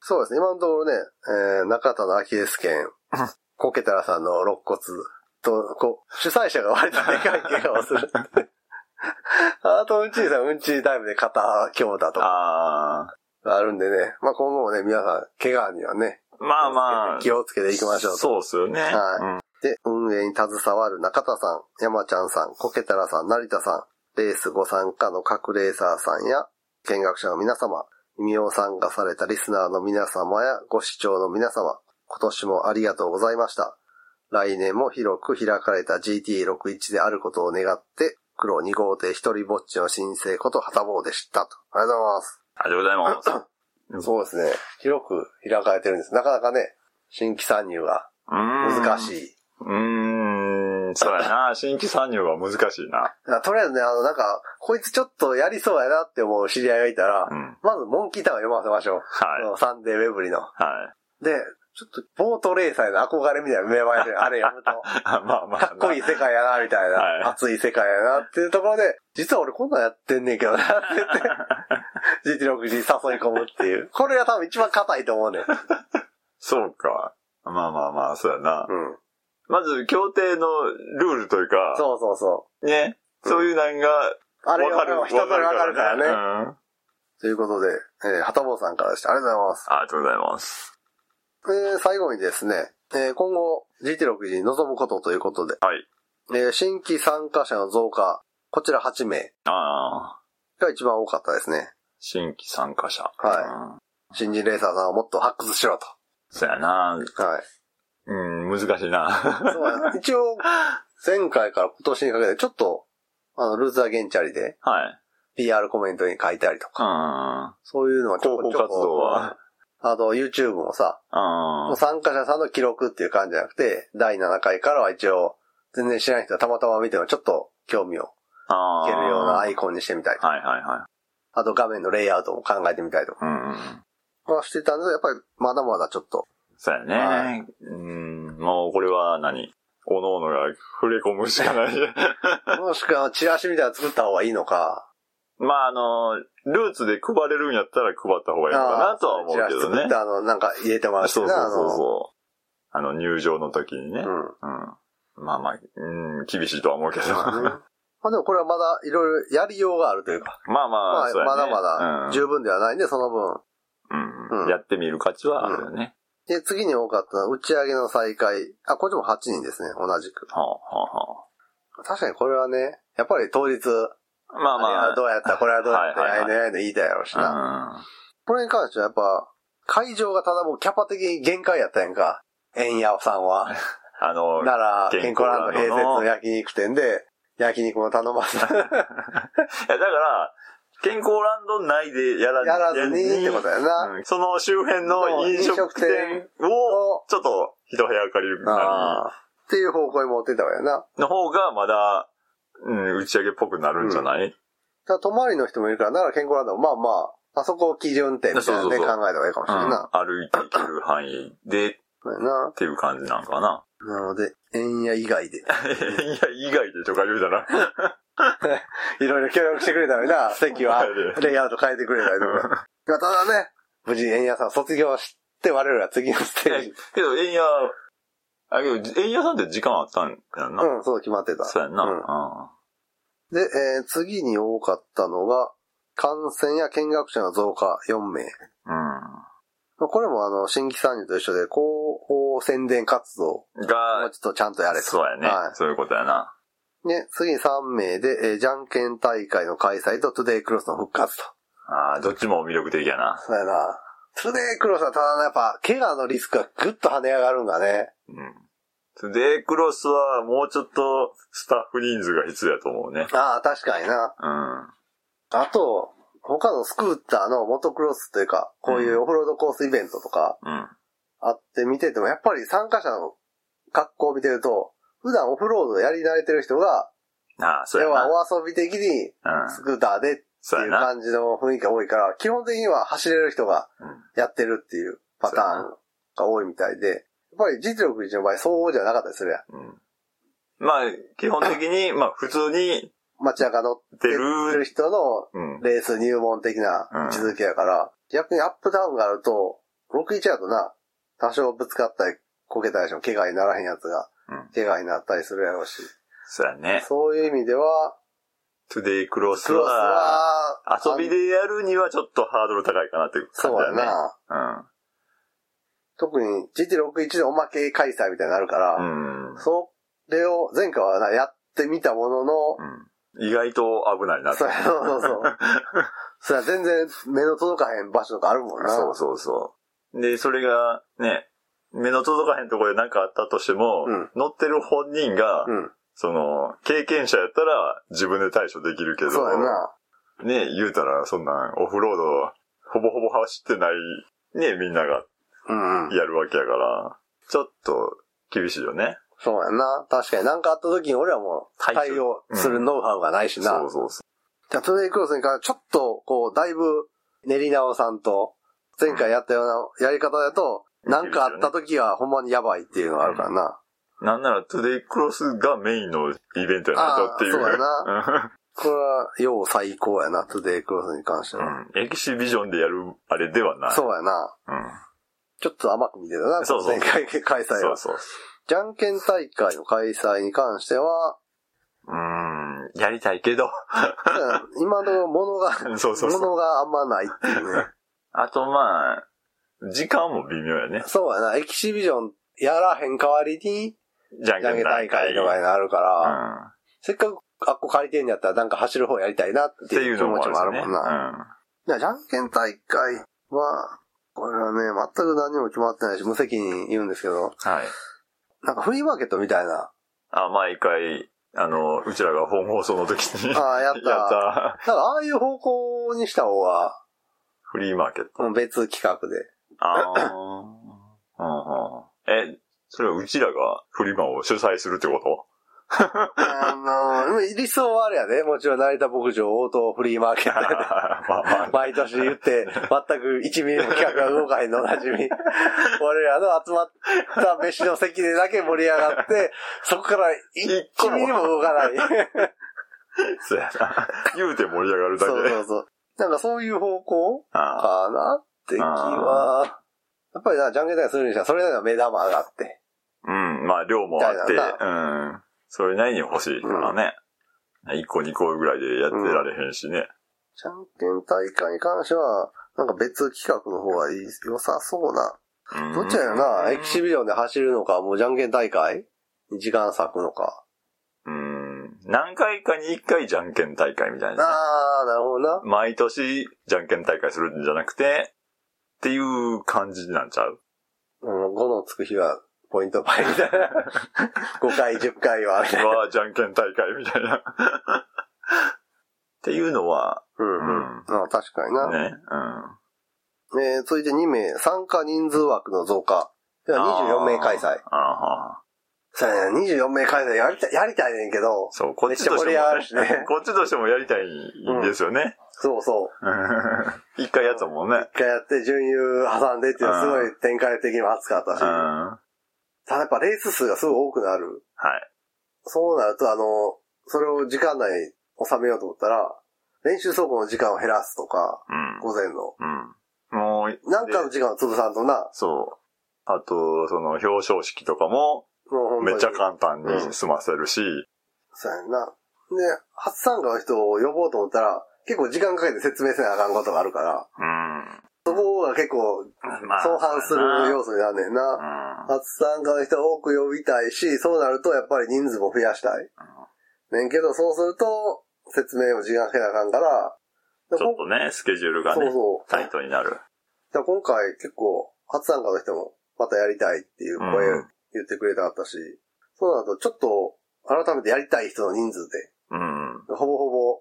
[SPEAKER 1] そうですね、今のところね、えー中田のアキレス腱コケタラさんの肋骨と、こう、主催者が割とでかい怪我をする。 あと、うんちーさん、うんちータイムで肩強打とか
[SPEAKER 2] ああ。
[SPEAKER 1] あるんでね。まあ、今後もね、皆さん、怪我にはね、
[SPEAKER 2] まあまあ。
[SPEAKER 1] 気をつけていきましょうと。
[SPEAKER 2] そうですよね。
[SPEAKER 1] はで、運営に携わる中田さん、山ちゃんさん、コケタラさん、成田さん、レースご参加の各レーサーさんや、見学者の皆様、耳を参加されたリスナーの皆様やご視聴の皆様、今年もありがとうございました。来年も広く開かれた GT61 であることを願って、黒2号艇一人ぼっちの新生ことはたぼうでしたと。ありがとうございます。
[SPEAKER 2] ありがとうございます。
[SPEAKER 1] そうですね。広く開かれてるんです。なかなかね、新規参入が難
[SPEAKER 2] い。
[SPEAKER 1] しい。
[SPEAKER 2] うーん、そうやな。新規参入は難しいな。
[SPEAKER 1] だからとりあえずね、あの、なんか、こいつちょっとやりそうやなって思う知り合いがいたら、
[SPEAKER 2] うん。
[SPEAKER 1] まずモンキータワー読ませましょう。
[SPEAKER 2] はい。
[SPEAKER 1] あのサンデーウェブリの。
[SPEAKER 2] はい。
[SPEAKER 1] で、ちょっと、ボートレーサーへの憧れみたいな目 前で、あれ読むと、
[SPEAKER 2] あまあまあ。
[SPEAKER 1] かっこいい世界やな、みたいな、
[SPEAKER 2] はい
[SPEAKER 1] 熱い世界やなっていうところで、実は俺こんなんやってんねんけどな、って言 って、GT6 に誘い込むっていう。これが多分一番硬いと思うね。
[SPEAKER 2] そうか。まあまあまあ、そうやな。
[SPEAKER 1] うん。
[SPEAKER 2] まず、協定のルールというか、
[SPEAKER 1] そうそうそ
[SPEAKER 2] ね。そういうなんが、
[SPEAKER 1] う。あれ
[SPEAKER 2] わかる。
[SPEAKER 1] は人それぞれわかるからね。
[SPEAKER 2] うん
[SPEAKER 1] ということで、えー、はたぼうさんからでした。ありがとうございます。
[SPEAKER 2] ありがとうございます。
[SPEAKER 1] えー最後にですね、えー今後 GT6 に臨むことということで、
[SPEAKER 2] はい。
[SPEAKER 1] えー新規参加者の増加、こちら8名
[SPEAKER 2] ああ、
[SPEAKER 1] が一番多かったですね。
[SPEAKER 2] 新規参加者。
[SPEAKER 1] はい
[SPEAKER 2] うん
[SPEAKER 1] 新人レーサーさんをもっと発掘しろ
[SPEAKER 2] そうやな。
[SPEAKER 1] と。はい。
[SPEAKER 2] うん、難しいな。
[SPEAKER 1] そうやな一応、前回から今年にかけて、ちょっと、あの、ルーザーゲンチャリで
[SPEAKER 2] はい。
[SPEAKER 1] PR コメントに書いたりと
[SPEAKER 2] う
[SPEAKER 1] か、
[SPEAKER 2] ん。
[SPEAKER 1] そういうのはちょこちょこ
[SPEAKER 2] 広報活動は。
[SPEAKER 1] あと、YouTube もさ、
[SPEAKER 2] うん
[SPEAKER 1] もう。参加者さんの記録っていう感じじゃなくて、第7回からは一応、全然知らない人がたまたま見てもちょっと興味を
[SPEAKER 2] あ
[SPEAKER 1] いけるようなア
[SPEAKER 2] イ
[SPEAKER 1] イコンにしてみたりとか
[SPEAKER 2] はいはいは
[SPEAKER 1] あと画面のレイアウトも考えてみたりとか
[SPEAKER 2] い。うん。
[SPEAKER 1] はしてたんですけど、やっぱりまだまだちょっと。
[SPEAKER 2] そうやね。
[SPEAKER 1] は
[SPEAKER 2] うん。もうこれは何おのおのが触れ込むしかない。
[SPEAKER 1] もしくはチラシみたいなの作った方がいいのか。
[SPEAKER 2] まああの、ルーツで配れるんやったら配った方がいいのかなとは思うけ
[SPEAKER 1] チラシ
[SPEAKER 2] ど
[SPEAKER 1] 作
[SPEAKER 2] ね
[SPEAKER 1] っ。たあの、なんか入れてもらって
[SPEAKER 2] そ
[SPEAKER 1] な
[SPEAKER 2] うそうそうそう。あの、入場の時にね。
[SPEAKER 1] あの
[SPEAKER 2] うん。まあまあ、うん、厳しいとは思うけど。
[SPEAKER 1] うん。まあでもこれはまだいろいろやりようがあるというか、
[SPEAKER 2] まあま
[SPEAKER 1] ま
[SPEAKER 2] あ、
[SPEAKER 1] あ
[SPEAKER 2] そうやね
[SPEAKER 1] まだまだ
[SPEAKER 2] うん
[SPEAKER 1] 十分ではないんで、その分。
[SPEAKER 2] うん
[SPEAKER 1] うん
[SPEAKER 2] やってみる価値はあるよね。
[SPEAKER 1] で、次に多かったのは打ち上げの再開。あ、こっちも8人ですね、同じく。
[SPEAKER 2] はあは
[SPEAKER 1] 確かにこれはね、やっぱり当日、
[SPEAKER 2] あはあまあま
[SPEAKER 1] あれは
[SPEAKER 2] あ。
[SPEAKER 1] どうやった、これはどうやった、
[SPEAKER 2] はいは
[SPEAKER 1] やい
[SPEAKER 2] いはい
[SPEAKER 1] ねやいね言いたいやろうしな。これに関してはやっぱ、会場がただもうキャパ的に限界やったやんか。円屋さんは。
[SPEAKER 2] うん。あの、
[SPEAKER 1] なら、健
[SPEAKER 2] 健
[SPEAKER 1] 康
[SPEAKER 2] 康
[SPEAKER 1] ラ
[SPEAKER 2] ラ
[SPEAKER 1] ン
[SPEAKER 2] ンドの
[SPEAKER 1] ド併設の焼肉店で、焼肉も頼まず、
[SPEAKER 2] いや、だから、健康ランド内でやら
[SPEAKER 1] やらずにってことやな。
[SPEAKER 2] うんその周辺の飲食店を、ちょっと一部屋借りるな
[SPEAKER 1] ああ。っていう方向に持ってたわよな。だか
[SPEAKER 2] りの方が、まだ、うん、打ち上げっぽくなるんじゃない、
[SPEAKER 1] ら泊まりの人もいるから、なら健康ランドもまあまあ、あそこを基準点みたいな
[SPEAKER 2] そう
[SPEAKER 1] ね、考え
[SPEAKER 2] そうそ
[SPEAKER 1] た
[SPEAKER 2] う
[SPEAKER 1] 方がいいかもし
[SPEAKER 2] う
[SPEAKER 1] れ
[SPEAKER 2] ん
[SPEAKER 1] んな。
[SPEAKER 2] 歩いていける範囲でっ
[SPEAKER 1] そうやな。
[SPEAKER 2] ていう感じなんかな。
[SPEAKER 1] なので、円屋以外で。
[SPEAKER 2] いや、以外でとか言うたら。
[SPEAKER 1] いろいろ協力してくれたのにな、席は、 レイアウト変えてくれたりとか。まあただね、無事円屋さん卒業して我々は次のステージ。
[SPEAKER 2] けど、円屋、あ、けど、円屋さんって時間あったんやんな。
[SPEAKER 1] うん、そう決まってた。
[SPEAKER 2] そうやんな。
[SPEAKER 1] うで、えー次に多かったのが、感染や見学者の増加4名。
[SPEAKER 2] うん。
[SPEAKER 1] まあこれもあの、新規参入と一緒で、広報宣伝活動を
[SPEAKER 2] うん。
[SPEAKER 1] もう
[SPEAKER 2] が、
[SPEAKER 1] ちょっとちゃんとやれと。
[SPEAKER 2] そうやね、
[SPEAKER 1] はい
[SPEAKER 2] そういうことやな。
[SPEAKER 1] ね、次に3名で、えーじゃんけん大会の開催とトゥデイクロスの復活と。
[SPEAKER 2] ああ、どっちも魅力的やな。
[SPEAKER 1] そうやな。トゥデイクロスはただな、やっぱ、怪我のリスクがぐっと跳ね上がるんがね。
[SPEAKER 2] うん。で、クロスはもうちょっとスタッフ人数が必要やと思うね。
[SPEAKER 1] ああ、確かにな。
[SPEAKER 2] うん。
[SPEAKER 1] あと、他のスクーターのモトクロスというか、こういうオフロードコースイベントとか、
[SPEAKER 2] うん。
[SPEAKER 1] あって見てても、やっぱり参加者の格好を見てると、普段オフロードやり慣れてる人が、
[SPEAKER 2] ああ、そうや
[SPEAKER 1] 要は
[SPEAKER 2] な。
[SPEAKER 1] お遊び的に
[SPEAKER 2] うん。
[SPEAKER 1] スクーターでって
[SPEAKER 2] そう
[SPEAKER 1] い
[SPEAKER 2] や
[SPEAKER 1] う
[SPEAKER 2] な。
[SPEAKER 1] 感じの雰囲気が多いから、基本的には走れる人が
[SPEAKER 2] うん
[SPEAKER 1] やってるっていうパターンが多いみたいで、やっぱり実力の場合そうじゃなかったりするやん。
[SPEAKER 2] うん。まあ、基本 的に、まあ、普通に
[SPEAKER 1] 街中乗って
[SPEAKER 2] 出
[SPEAKER 1] る
[SPEAKER 2] る。
[SPEAKER 1] 人の
[SPEAKER 2] うん。
[SPEAKER 1] レース入門的な位置づけやから、逆にアップダウンがあると、61やとな、多少ぶつかったり、こけたりしても怪我にならへんやつが
[SPEAKER 2] うん、
[SPEAKER 1] 怪我になったりするやろうし。
[SPEAKER 2] そうやね。
[SPEAKER 1] そういう意味では、
[SPEAKER 2] トゥデイクロス
[SPEAKER 1] クロス
[SPEAKER 2] は、
[SPEAKER 1] は、
[SPEAKER 2] 遊びでやるにはちょっとハードル高いかなっていう感
[SPEAKER 1] そう
[SPEAKER 2] じだ
[SPEAKER 1] や
[SPEAKER 2] よね。
[SPEAKER 1] な。特に GT61 でおまけ開催みたいになるから、
[SPEAKER 2] うん。うん。
[SPEAKER 1] それを前回はなやってみたものの、
[SPEAKER 2] うん。意外と危ないなって
[SPEAKER 1] そう やそうそうそう。それは全然目の届かへん場所とかあるもんな。
[SPEAKER 2] そうそうそう。で、それが、ね、目の届かへんところで何かあったとしても、
[SPEAKER 1] うん
[SPEAKER 2] 乗ってる本人が、
[SPEAKER 1] うん。
[SPEAKER 2] その、経験者やったら自分で対処できるけど、
[SPEAKER 1] そうやな。
[SPEAKER 2] ね、言うたらそんなんオフロード、ほぼほぼ走ってない、ね、みんなが
[SPEAKER 1] うんうん。
[SPEAKER 2] やるわけやから、ちょっと厳しいよね。
[SPEAKER 1] そうやんな。確かに何かあった時に俺はもう
[SPEAKER 2] 対処
[SPEAKER 1] 対応するノウハウがないし
[SPEAKER 2] そう
[SPEAKER 1] な。
[SPEAKER 2] そうそ
[SPEAKER 1] じゃあ、トゥデイクロスに関してはちょっと、こう、だいぶ、練り直さんと、前回やったようなやり方だと、なんかあった時はほんまにやばいっていうのがあるからな。
[SPEAKER 2] う。なんなら、トゥデイクロスがメインのイベントやなとっていう。
[SPEAKER 1] あーそうや
[SPEAKER 2] な。
[SPEAKER 1] これは、よう最高やな、トゥデイクロスに関しては。
[SPEAKER 2] うん。エキシビジョンでやるあれではない。
[SPEAKER 1] そうやな。
[SPEAKER 2] うん。
[SPEAKER 1] ちょっと甘く見てたな、
[SPEAKER 2] そうそう
[SPEAKER 1] 前回開催
[SPEAKER 2] そ
[SPEAKER 1] は
[SPEAKER 2] う。そう。
[SPEAKER 1] じゃんけん大会の開催に関して は、
[SPEAKER 2] うーん。やりたいけど。
[SPEAKER 1] 今のものが、
[SPEAKER 2] そうそうそう。
[SPEAKER 1] 物があんまないっていうね。
[SPEAKER 2] あとまあ、時間も微妙やね。
[SPEAKER 1] そうやな、エキシビジョンやらへん代わりに、
[SPEAKER 2] じゃん
[SPEAKER 1] じゃんけ
[SPEAKER 2] け
[SPEAKER 1] ん
[SPEAKER 2] ん
[SPEAKER 1] 大
[SPEAKER 2] 大会
[SPEAKER 1] 会とかになるから、
[SPEAKER 2] うん。
[SPEAKER 1] せっかくあっこ借りてんやったらなんか走る方やりたいなっ
[SPEAKER 2] っててい
[SPEAKER 1] いう
[SPEAKER 2] う
[SPEAKER 1] 気
[SPEAKER 2] の
[SPEAKER 1] 持
[SPEAKER 2] も
[SPEAKER 1] ちもあ
[SPEAKER 2] あ
[SPEAKER 1] る
[SPEAKER 2] るし
[SPEAKER 1] も
[SPEAKER 2] ね
[SPEAKER 1] んな。いや、じゃんけん大会は、これはね、全く何も決まってないし、無責任言うんですけど、
[SPEAKER 2] うん。はい。
[SPEAKER 1] なんかフリーマーケットみたい な、
[SPEAKER 2] あ、毎回、あの、うちらが本放送の時に。
[SPEAKER 1] ああ、やった。
[SPEAKER 2] やっ
[SPEAKER 1] なんか
[SPEAKER 2] た。
[SPEAKER 1] ああいう方向にした方 が、
[SPEAKER 2] フリーマーケット。
[SPEAKER 1] もう別企画で。
[SPEAKER 2] ああ。うんうんえ、それはうちらがフリマを主催するってこ
[SPEAKER 1] あの、でも理想はあれやね。もちろん成田牧場応答フリーマーケ
[SPEAKER 2] と
[SPEAKER 1] ットやで
[SPEAKER 2] まあまあ。
[SPEAKER 1] 毎年言って、全く1ミリも企画が動かへんのおな じみ。俺らの集まった飯の席でだけ盛り上が って、そこから1ミリも動かない。
[SPEAKER 2] そうや な。言うて盛り上がるだ
[SPEAKER 1] そ
[SPEAKER 2] け
[SPEAKER 1] うそうそう。なんかそういう方向
[SPEAKER 2] あ
[SPEAKER 1] か
[SPEAKER 2] あ
[SPEAKER 1] なって気は。やっぱりな、じゃんけん大会するにしたら、それなりの目玉があって。
[SPEAKER 2] うん。まあ、量もあって、
[SPEAKER 1] みたい
[SPEAKER 2] うん。それなりに欲しいからね。1個2個ぐらいでやってられへんしね。
[SPEAKER 1] じゃんけん大会に関しては、なんか別企画の方がいい良さそうな。
[SPEAKER 2] うん
[SPEAKER 1] どっちやろな、エキシビジョンで走るのか、もうじゃんけん大会に時間割くのか。
[SPEAKER 2] うん。何回かに1回じゃんけん大会みたいな。
[SPEAKER 1] あー、なるほどな。
[SPEAKER 2] 毎年、じゃんけん大会するんじゃなくて、っていう感じなんちゃ う
[SPEAKER 1] うん、5のつく日は、ポイント倍み たいな。5回、10回は、みたいな。
[SPEAKER 2] わあ、じゃんけん大会みたいな。っていうのは、
[SPEAKER 1] うん
[SPEAKER 2] うん
[SPEAKER 1] うん。あ確かにな。
[SPEAKER 2] ね、
[SPEAKER 1] えー、続いて2名、参加人数枠の増加。で
[SPEAKER 2] うん。
[SPEAKER 1] は24名開催。
[SPEAKER 2] あーあ
[SPEAKER 1] そうやね、24名開催やりたい、やりたいねんけど
[SPEAKER 2] ー、そう、こっちと
[SPEAKER 1] めっちゃ盛り上がる
[SPEAKER 2] し
[SPEAKER 1] して
[SPEAKER 2] も、
[SPEAKER 1] ね
[SPEAKER 2] こっちとしてもやりたいんです よね。
[SPEAKER 1] そうそう。
[SPEAKER 2] 一回やったもんね。
[SPEAKER 1] 一回やって、準優挟んでっていうのはすごい展開的にも熱かったし
[SPEAKER 2] う、ん。は
[SPEAKER 1] ただやっぱレース数がすごい多くなる。そうなると、あの、それを時間内に収めようと思ったら、練習走行の時間を減らすとか、
[SPEAKER 2] い。うん。
[SPEAKER 1] 午前の。
[SPEAKER 2] うん。もう、
[SPEAKER 1] なんかの
[SPEAKER 2] で
[SPEAKER 1] 時間を潰さんとな、
[SPEAKER 2] そう。あと、その表彰式とかも、
[SPEAKER 1] もう本当
[SPEAKER 2] め
[SPEAKER 1] に。
[SPEAKER 2] っちゃ簡単に済ませるし、
[SPEAKER 1] そうやんな。で、初参加の人を呼ぼうと思ったら、結構時間かけて説明せなあかんことがあるから、
[SPEAKER 2] う
[SPEAKER 1] そ
[SPEAKER 2] ん。
[SPEAKER 1] こが結構、
[SPEAKER 2] まあ
[SPEAKER 1] 相反する要素になんねんな。
[SPEAKER 2] う
[SPEAKER 1] 初参加の人を多く呼びたいし、そうなるとやっぱり人数も増やしたい。ねんけど、そうすると、説明も時間かけなあかんから、
[SPEAKER 2] ん
[SPEAKER 1] で
[SPEAKER 2] ちょっとね、スケジュールが
[SPEAKER 1] そう
[SPEAKER 2] ね、
[SPEAKER 1] そう。
[SPEAKER 2] タイトになる。
[SPEAKER 1] だから今回結構、初参加の人もまたやりたいっていう声
[SPEAKER 2] うん
[SPEAKER 1] 言ってくれたかったし、そうなるとちょっと、改めてやりたい人の人数で、
[SPEAKER 2] うん。うん。
[SPEAKER 1] ほぼほぼ、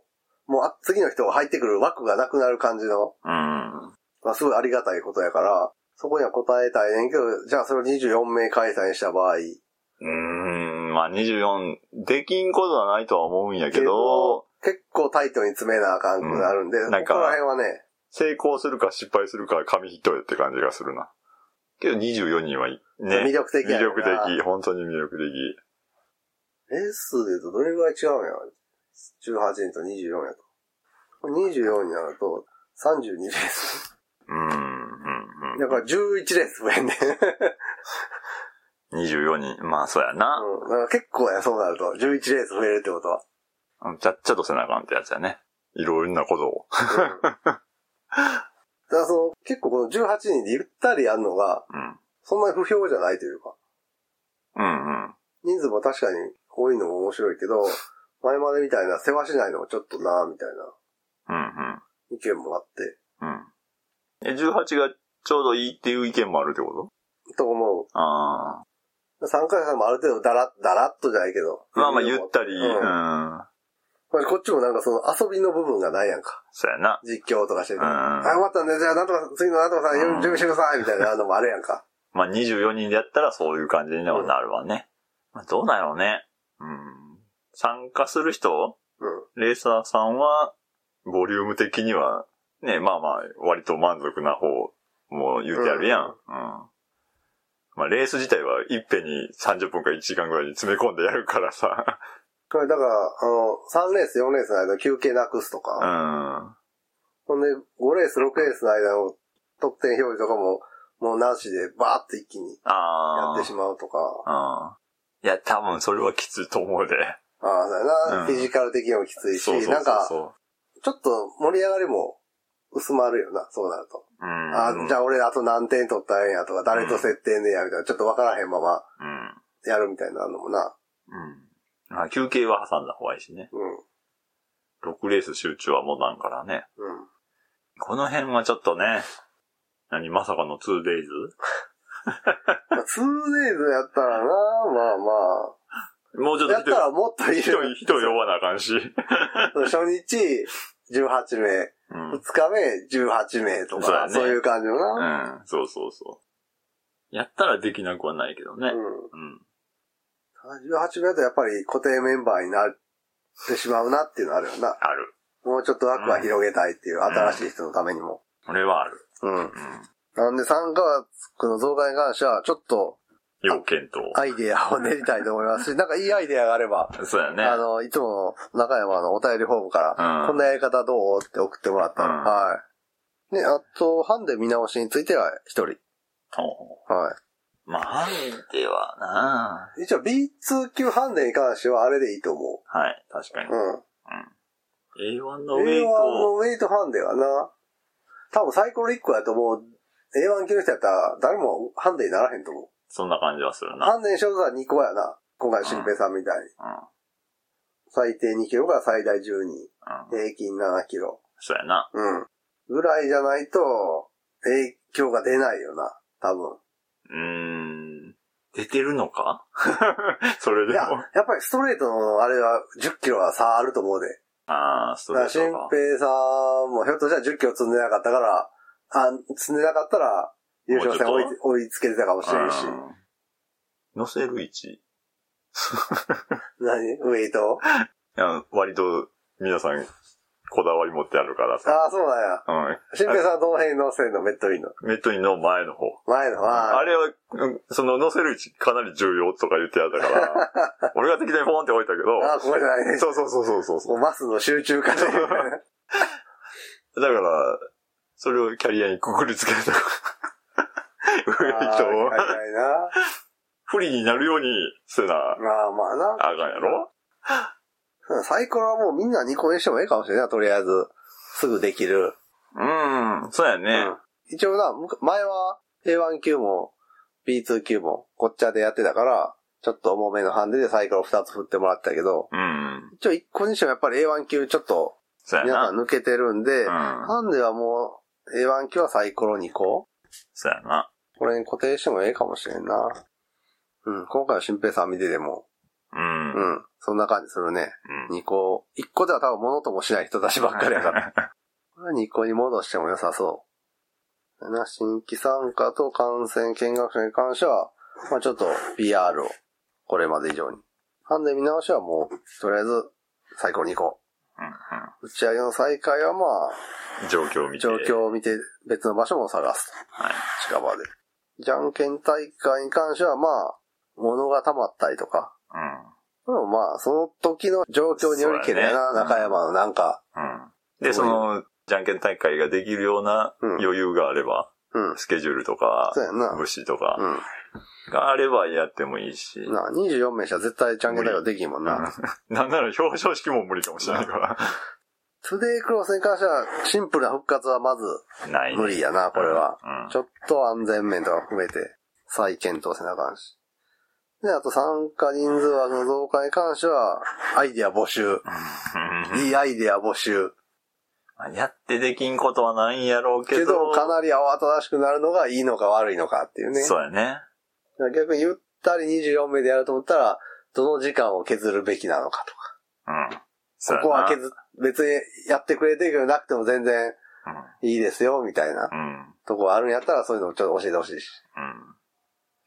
[SPEAKER 1] もうあ次の人が入ってくる枠がなくなる感じの、まあ、すごいありがたいことやから、そこには答えたいねんけど、じゃあそれを24名開催した場合、
[SPEAKER 2] うん。まあ24、できんことはないとは思うんやけど、、
[SPEAKER 1] 結構タイトに詰めなあかんくなるんで、
[SPEAKER 2] うん
[SPEAKER 1] こ
[SPEAKER 2] なん
[SPEAKER 1] こ
[SPEAKER 2] から
[SPEAKER 1] 辺はね、
[SPEAKER 2] 成功するか失敗するか紙一重って感じがするな。けど24人はいいね。
[SPEAKER 1] 魅力的や
[SPEAKER 2] 魅
[SPEAKER 1] な
[SPEAKER 2] 力的。本当に魅力的。
[SPEAKER 1] レースで言うとどれぐらい違うんや ?18 人と24やと。これ24になると、32レース。
[SPEAKER 2] うん。うんうん
[SPEAKER 1] だから11レース増え んねん。うん、だか
[SPEAKER 2] 24人。まあそうやな。
[SPEAKER 1] ら結構や、そうなると。11レース増えるってことは。
[SPEAKER 2] うんちゃっちゃとせなあかんってやつやね。いろんなことを。
[SPEAKER 1] うん だからその、結構この18人でゆったりやるのが、
[SPEAKER 2] うん。
[SPEAKER 1] そんなに不評じゃないというか、
[SPEAKER 2] うんうん。
[SPEAKER 1] 人数も確かに多いのも面白いけど、前までみたいな世話しないのもちょっとなみたいな
[SPEAKER 2] うんうん。
[SPEAKER 1] 意見もあって、
[SPEAKER 2] うん。え、18がちょうどいいっていう意見もあるってこと
[SPEAKER 1] と思
[SPEAKER 2] ああ。
[SPEAKER 1] う。参加者もある程度だら、だらっとじゃないけど。
[SPEAKER 2] まあまあ、ゆったり、う。
[SPEAKER 1] うんん。これこっちもなんかその遊びの部分がないやんか。
[SPEAKER 2] そうやな。
[SPEAKER 1] 実況とかしてて。
[SPEAKER 2] うん
[SPEAKER 1] あ、よかったね。じゃあ、なんとか、次のなんとかさん、
[SPEAKER 2] うん
[SPEAKER 1] 準備してくださいみたいなのもあるやんか。
[SPEAKER 2] まあ、24人でやったらそういう感じにはなるわね。まあ、どうだろうね。うん。参加する人
[SPEAKER 1] うん。
[SPEAKER 2] レーサーさんは、ボリューム的には、ね、まあまあ、割と満足な方、もう言うてあるやん。うん。まあ、レース自体は、いっぺんに30分か1時間ぐらいに詰め込んでやるからさ。
[SPEAKER 1] これだから、あの、3レース、4レースの間の休憩なくすと
[SPEAKER 2] う
[SPEAKER 1] か、
[SPEAKER 2] ん。
[SPEAKER 1] ほんで、5レース、6レースの間の得点表示とかも、もうなしでバーって一気にや
[SPEAKER 2] あ
[SPEAKER 1] っ
[SPEAKER 2] あ。
[SPEAKER 1] てしまうとか、
[SPEAKER 2] うん。いや、多分それはきついと思うで。
[SPEAKER 1] ああ、そうやな、
[SPEAKER 2] うん
[SPEAKER 1] フィジカル的にもきついし、
[SPEAKER 2] そうそうそうそう。
[SPEAKER 1] なんか、ちょっと盛り上がりも薄まるよな、そうなると。
[SPEAKER 2] うん。
[SPEAKER 1] あじゃあ俺あと何点取ったんやとか、誰と設定ねや、みたいな、ちょっとわからへんまま
[SPEAKER 2] うん。
[SPEAKER 1] やるみたいなのもな。
[SPEAKER 2] うん。あ休憩は挟んだ方がいいしね。
[SPEAKER 1] うん。
[SPEAKER 2] 6レース集中はもうなんからね。
[SPEAKER 1] うん。
[SPEAKER 2] この辺はちょっとね、何、まさかの 2days?
[SPEAKER 1] まあ、2デイズやったらな、まあま
[SPEAKER 2] もうちょっ
[SPEAKER 1] あ。
[SPEAKER 2] と
[SPEAKER 1] やったらもっとい
[SPEAKER 2] 人、
[SPEAKER 1] る。
[SPEAKER 2] 人、人呼ばなあかんし。
[SPEAKER 1] 初日18名、
[SPEAKER 2] うん。う
[SPEAKER 1] 2日目18名と
[SPEAKER 2] そう
[SPEAKER 1] か
[SPEAKER 2] や、ね
[SPEAKER 1] そういう感じのな。
[SPEAKER 2] ん。そうそうそう。やったらできなくはないけどね
[SPEAKER 1] う。
[SPEAKER 2] うん。
[SPEAKER 1] ん。18名だとやっぱり固定メンバーになってしまうなっていうのあるよな。
[SPEAKER 2] ある。
[SPEAKER 1] もうちょっと枠は広げたいっていう、
[SPEAKER 2] ん
[SPEAKER 1] 新しい人のためにも。
[SPEAKER 2] これはある。
[SPEAKER 1] うん。
[SPEAKER 2] うん。
[SPEAKER 1] なんで参加枠の増加に関しては、ちょっと
[SPEAKER 2] 要検討。
[SPEAKER 1] アイデアを練りたいと思います し、なんかいいアイデアがあれば、
[SPEAKER 2] そうやね。
[SPEAKER 1] あの、いつもの中山のお便りフォームから、
[SPEAKER 2] うん
[SPEAKER 1] こんなやり方どうって送ってもらったら、
[SPEAKER 2] うん
[SPEAKER 1] はい。ね、あと、ハンデ見直しについては一人。
[SPEAKER 2] おう
[SPEAKER 1] は。
[SPEAKER 2] まあ、ハンデはない
[SPEAKER 1] 一応 B2 級ハンデに関してはあれでいいと思
[SPEAKER 2] あはい、確かに
[SPEAKER 1] う。。う
[SPEAKER 2] A1 の
[SPEAKER 1] ん。
[SPEAKER 2] ウ
[SPEAKER 1] A1
[SPEAKER 2] ェイト
[SPEAKER 1] のウェイトハンデはな、多分サイコロ1個やと思う。A1 級の人やったら誰もハンデにならへんと思う。
[SPEAKER 2] そんな感じはするな。
[SPEAKER 1] ハンデにしようとは2個やな。今回、新平さんみたいに。
[SPEAKER 2] う
[SPEAKER 1] 最低2キロから最大10人。
[SPEAKER 2] ん。うん。
[SPEAKER 1] 平均7キロ。
[SPEAKER 2] そうやな。
[SPEAKER 1] うん。ぐらいじゃないと、影響が出ないよな。多分。
[SPEAKER 2] うーん。出てるのか それ
[SPEAKER 1] い
[SPEAKER 2] で
[SPEAKER 1] や
[SPEAKER 2] も。、
[SPEAKER 1] やっぱりストレートのあれは10キロは差あると思うで。
[SPEAKER 2] ああ、そ
[SPEAKER 1] だ
[SPEAKER 2] う
[SPEAKER 1] か
[SPEAKER 2] で
[SPEAKER 1] ら、新
[SPEAKER 2] すか。
[SPEAKER 1] 平さんもひょっとしたら10キロ積んでなかったから、あ、積んでなかったら、優勝戦追い
[SPEAKER 2] もうちょ
[SPEAKER 1] 追いつけてたかもしれんし。
[SPEAKER 2] うん乗せる位置い
[SPEAKER 1] 何ウェイト
[SPEAKER 2] や、割と皆さんこだわり持ってあるからさ。
[SPEAKER 1] ああ、そうなんや。
[SPEAKER 2] う
[SPEAKER 1] 新平さんはどの辺乗せんのメットインの。
[SPEAKER 2] ん。メットインの前の方。
[SPEAKER 1] 前の
[SPEAKER 2] あ
[SPEAKER 1] は、
[SPEAKER 2] れは、うんその乗せる位置かなり重要とか言ってやった から、俺が適当にポンって置いたけ
[SPEAKER 1] ああ、ここじゃないね
[SPEAKER 2] ど、。そうそうそうそうそうそ
[SPEAKER 1] もうマスの集中化で。
[SPEAKER 2] う。だから、それをキャリアにくくりつけ た。 ウェイトを
[SPEAKER 1] ああはいはいな。
[SPEAKER 2] 不利になるようにせな、
[SPEAKER 1] まあまあな。
[SPEAKER 2] あかんやろ
[SPEAKER 1] うんサイコロはもうみんな2個にしてもいいかもしれんないとりあえず。すぐできる。
[SPEAKER 2] うん、そうやね。
[SPEAKER 1] うん一応な、むか前は A1 級も B2 級もこっちゃでやってたから、ちょっと重めのハンデでサイコロ2つ振ってもらったけど、
[SPEAKER 2] うん、
[SPEAKER 1] 一応1個にしてもやっぱり A1 級ちょっと
[SPEAKER 2] そうや
[SPEAKER 1] 皆
[SPEAKER 2] な
[SPEAKER 1] さ。ん抜けてるんで、
[SPEAKER 2] うん、
[SPEAKER 1] ハンデはもう A1 級はサイコロ2個
[SPEAKER 2] そうやな。
[SPEAKER 1] これに固定してもええかもしれんな。うん、今回は新平さん見てても、
[SPEAKER 2] うん。
[SPEAKER 1] う
[SPEAKER 2] うん
[SPEAKER 1] ん、そんな感じするね。2個、1個では多分物ともしない人たちばっかりや から。これは2個に戻しても良さそう。な、新規参加と感染見学者に関しては、まあちょっと PR を、これまで以上に。ハンデ見直しはもう、とりあえず、最高に行こ
[SPEAKER 2] うんう
[SPEAKER 1] う。打ち上げの再開はまあ、
[SPEAKER 2] ん状況を見て。
[SPEAKER 1] 状況を見て、別の場所も探す
[SPEAKER 2] はい。
[SPEAKER 1] と。近場で。じゃんけん大会に関してはまあ、物が溜まったりとか。でもまあ、その時の状況によりけりやな、
[SPEAKER 2] そうだね
[SPEAKER 1] 中山のなんか、
[SPEAKER 2] うん。うん。で、その、じゃんけん大会ができるような
[SPEAKER 1] うん
[SPEAKER 2] 余裕があれば、
[SPEAKER 1] うん。
[SPEAKER 2] スケジュールとか
[SPEAKER 1] そう、やんな。
[SPEAKER 2] 物資とか
[SPEAKER 1] うん。
[SPEAKER 2] があればやってもいいし。
[SPEAKER 1] なあ、24名しか絶対じゃんけん大会できんもん
[SPEAKER 2] うん
[SPEAKER 1] な。
[SPEAKER 2] なんなら表彰式も無理かもしれないか
[SPEAKER 1] トゥデイクロスに関しては、シンプルな復活はまず
[SPEAKER 2] ら。ないね
[SPEAKER 1] 無理やな、これは。。
[SPEAKER 2] うん
[SPEAKER 1] ちょっと安全面とか含めて、再検討せなあかんし。で、あと参加人数枠の増加に関しては、アイディア募集。
[SPEAKER 2] うん
[SPEAKER 1] いいアイディア募集。
[SPEAKER 2] まあやってできんことはないんやろうけ
[SPEAKER 1] け
[SPEAKER 2] ど。
[SPEAKER 1] ど、かなり慌ただしくなるのがいいのか悪いのかっていうね。
[SPEAKER 2] そうやね。
[SPEAKER 1] 逆にゆったり24名でやると思ったら、どの時間を削るべきなのかとか。
[SPEAKER 2] うん。そうやな
[SPEAKER 1] ここは削っ、別にやってくれてるけどなくても全然いいですよ、みたいな。
[SPEAKER 2] うん。うん。
[SPEAKER 1] とこあるんやったら、そういうのもちょっと教えてほしいし。
[SPEAKER 2] うん。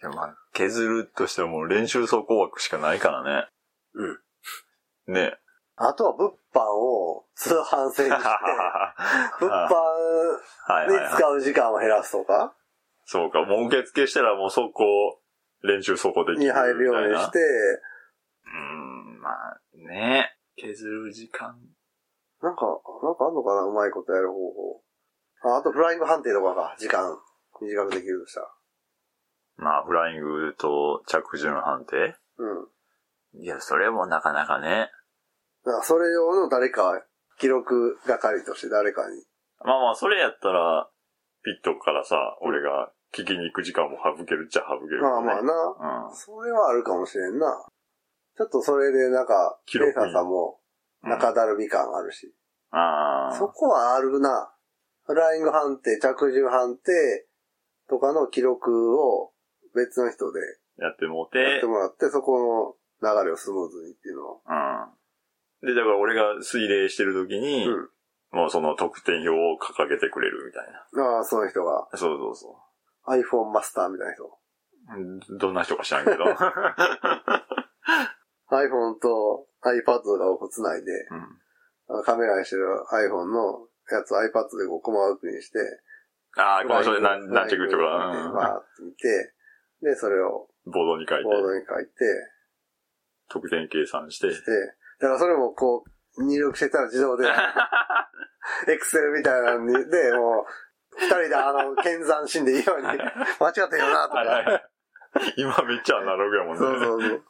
[SPEAKER 2] いやまあ、削るとしてももう練習走行枠しかないからね。
[SPEAKER 1] うん。
[SPEAKER 2] ね。
[SPEAKER 1] あとは物販を通販制に して、物販
[SPEAKER 2] はいはい
[SPEAKER 1] で
[SPEAKER 2] はい。
[SPEAKER 1] 使う時間を減らすとか
[SPEAKER 2] そうか、もう受付したらもう速攻、練習走行できるみた
[SPEAKER 1] に
[SPEAKER 2] い
[SPEAKER 1] 入
[SPEAKER 2] な。
[SPEAKER 1] るようにして、
[SPEAKER 2] うーん、まあね。削る時間。
[SPEAKER 1] なんか、なんかあんのかなうまいことやる方法。ああとフライング判定とかか、時間短くできるとしたら。
[SPEAKER 2] まあ、フライングと着順判定
[SPEAKER 1] うん。
[SPEAKER 2] いや、それもなかなかね。
[SPEAKER 1] だからそれ用の誰か、記録係として誰かに。
[SPEAKER 2] まあまあ、それやったら、ピットからさ、俺が聞きに行く時間も省けるっちゃ省ける、
[SPEAKER 1] まあまあな。
[SPEAKER 2] あ。うん。
[SPEAKER 1] それはあるかもしれんな。ちょっとそれでなんか、
[SPEAKER 2] 記
[SPEAKER 1] レ
[SPEAKER 2] 録
[SPEAKER 1] ーサーさんも中だるみ感あるし。
[SPEAKER 2] ああ。
[SPEAKER 1] そこはあるな。フライング判定、着順判定とかの記録を別の人で
[SPEAKER 2] やってもう、
[SPEAKER 1] やっててもらって、そこの流れをスムーズにっていうのを。
[SPEAKER 2] うん。で、だから俺が推例してる時に、
[SPEAKER 1] うん
[SPEAKER 2] もうその得点表を掲げてくれるみたいな。
[SPEAKER 1] ああ、その人が
[SPEAKER 2] そうそうそ
[SPEAKER 1] iPhone マスターみたいな人。
[SPEAKER 2] う。どんな人か知らんけ ど。
[SPEAKER 1] iPhone と iPad とかをこう繋いで、
[SPEAKER 2] うん
[SPEAKER 1] あのカメラにしてる iPhone のやつを iPad でこうコマ枠にして、
[SPEAKER 2] ああ、この人で
[SPEAKER 1] ライ
[SPEAKER 2] な
[SPEAKER 1] ン
[SPEAKER 2] ん、なんてくると
[SPEAKER 1] ラインを見てバ
[SPEAKER 2] か、
[SPEAKER 1] ーって見て、で、それを
[SPEAKER 2] うんボードに書いて
[SPEAKER 1] ボ、ードに書いて、
[SPEAKER 2] 得点計算して。
[SPEAKER 1] で、だからそれもこう、入力してたら自 動で、エクセルみたいなのに、で、もう、二人であの、検算しんでいい ように、間違ってよな、と
[SPEAKER 2] はいはい
[SPEAKER 1] か。
[SPEAKER 2] はい 今めっちゃアナログやもんね。
[SPEAKER 1] そうそうそう。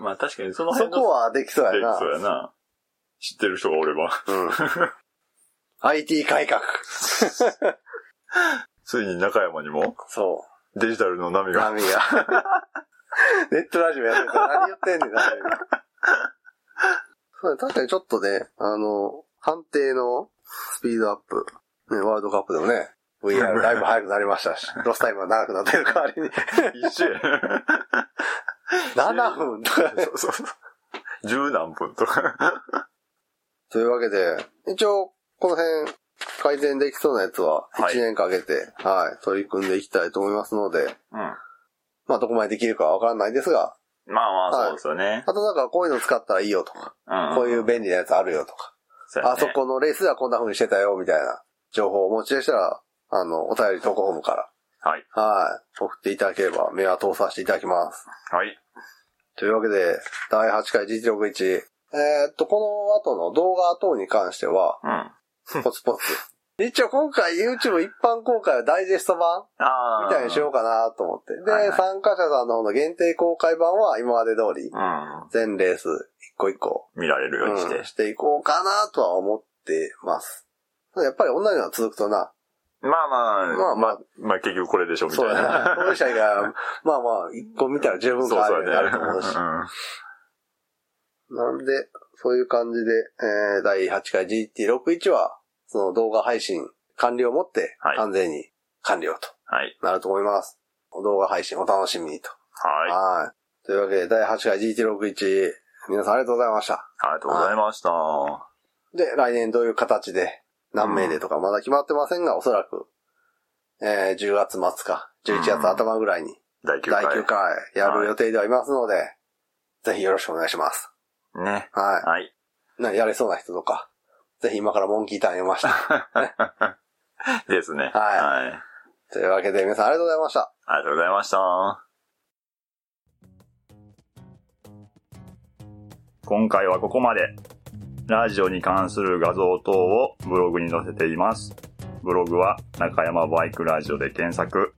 [SPEAKER 2] まあ確かにその
[SPEAKER 1] そ
[SPEAKER 2] 辺の
[SPEAKER 1] こはできそうやな。
[SPEAKER 2] そうやな。知ってる人がおれば。
[SPEAKER 1] うん。IT 改 革。
[SPEAKER 2] ついに中山にも
[SPEAKER 1] そう。
[SPEAKER 2] デジタルの波が。
[SPEAKER 1] 波が。 ネットラジオやってたら何言ってんねん、波が。そうだ確かにちょっとね、あの、判定のスピードアップ、ね、ワールドカップでもね、VR だいぶ早くなりましたし、 ロスタイムは長くなってる代わ りに、
[SPEAKER 2] 一緒や。
[SPEAKER 1] 7分とか。
[SPEAKER 2] そうそうそう。十何分とか。
[SPEAKER 1] というわけで、一応、この辺、改善できそうなやつは、
[SPEAKER 2] はい
[SPEAKER 1] 1年かけて、はい、取り組んでいきたいと思いますので、
[SPEAKER 2] うん。ま
[SPEAKER 1] まあ、どこまでできるかはわからないですが、
[SPEAKER 2] あまあそうですよね。
[SPEAKER 1] あとなんか、こういうの使ったらいいよとか、
[SPEAKER 2] うん。
[SPEAKER 1] こういう便利なやつあるよとか、
[SPEAKER 2] そうやね
[SPEAKER 1] あそ。このレースではこんな風にしてたよ、みたいな情報をお持ちでしたら、あの、お便り投稿フォームか
[SPEAKER 2] はい。
[SPEAKER 1] ら、はい、送っていただければ、目は通させていただきます。
[SPEAKER 2] はい。
[SPEAKER 1] というわけで、第8回実力1。えーっと、この後の動画等に関しては、
[SPEAKER 2] うん。あ
[SPEAKER 1] ポツポツ。一応今回 YouTube 一般公開はダイジェスト版
[SPEAKER 2] あ。
[SPEAKER 1] みたいにしようかなと思って。で、
[SPEAKER 2] はいはい
[SPEAKER 1] 参加者さんの方の限定公開版は今まで通り
[SPEAKER 2] う、ん。
[SPEAKER 1] 全レース一個一個
[SPEAKER 2] 見られるようにして
[SPEAKER 1] うん。していこうかなとは思ってます。ただやっぱり同じのが続くとな、
[SPEAKER 2] まあまあ、
[SPEAKER 1] まあまあ
[SPEAKER 2] まあ結局これでしょ、みた
[SPEAKER 1] そ
[SPEAKER 2] いう
[SPEAKER 1] やな。
[SPEAKER 2] な。
[SPEAKER 1] 当事者 が、まあまあ、一個見たら十分
[SPEAKER 2] そう
[SPEAKER 1] かあ
[SPEAKER 2] そう
[SPEAKER 1] るな
[SPEAKER 2] やね
[SPEAKER 1] ると思うし。
[SPEAKER 2] う
[SPEAKER 1] なんで、そういう感じで、えー、第8回 GT61 は、その動画配信完了をもって
[SPEAKER 2] はい、
[SPEAKER 1] 完全に完了と
[SPEAKER 2] んはい。
[SPEAKER 1] なると思います。動画配信お楽しみにと。
[SPEAKER 2] はい。あ
[SPEAKER 1] はい。というわけで、第8回 GT61、皆さんありがとうございました。
[SPEAKER 2] りがとうございました。
[SPEAKER 1] で、来年どういう形で、何名でとかまだ決まってませんが、おそらく、えー、10月末か、11月頭ぐらいに、
[SPEAKER 2] 第9
[SPEAKER 1] 第
[SPEAKER 2] 回。
[SPEAKER 1] 9回やる予定ではいますので、ぜひよろしくお願いします。
[SPEAKER 2] ね。
[SPEAKER 1] は
[SPEAKER 2] はい。
[SPEAKER 1] い。なやれそうな人とか、ぜひ今からモンキーターン読ました。
[SPEAKER 2] ですね。
[SPEAKER 1] はい
[SPEAKER 2] はい。
[SPEAKER 1] というわけで皆さんありがとうございました。
[SPEAKER 2] ありがとうございました。今回はここまで。ラジオに関する画像等をブログに載せています。ブログは中山バイクラジオで検索、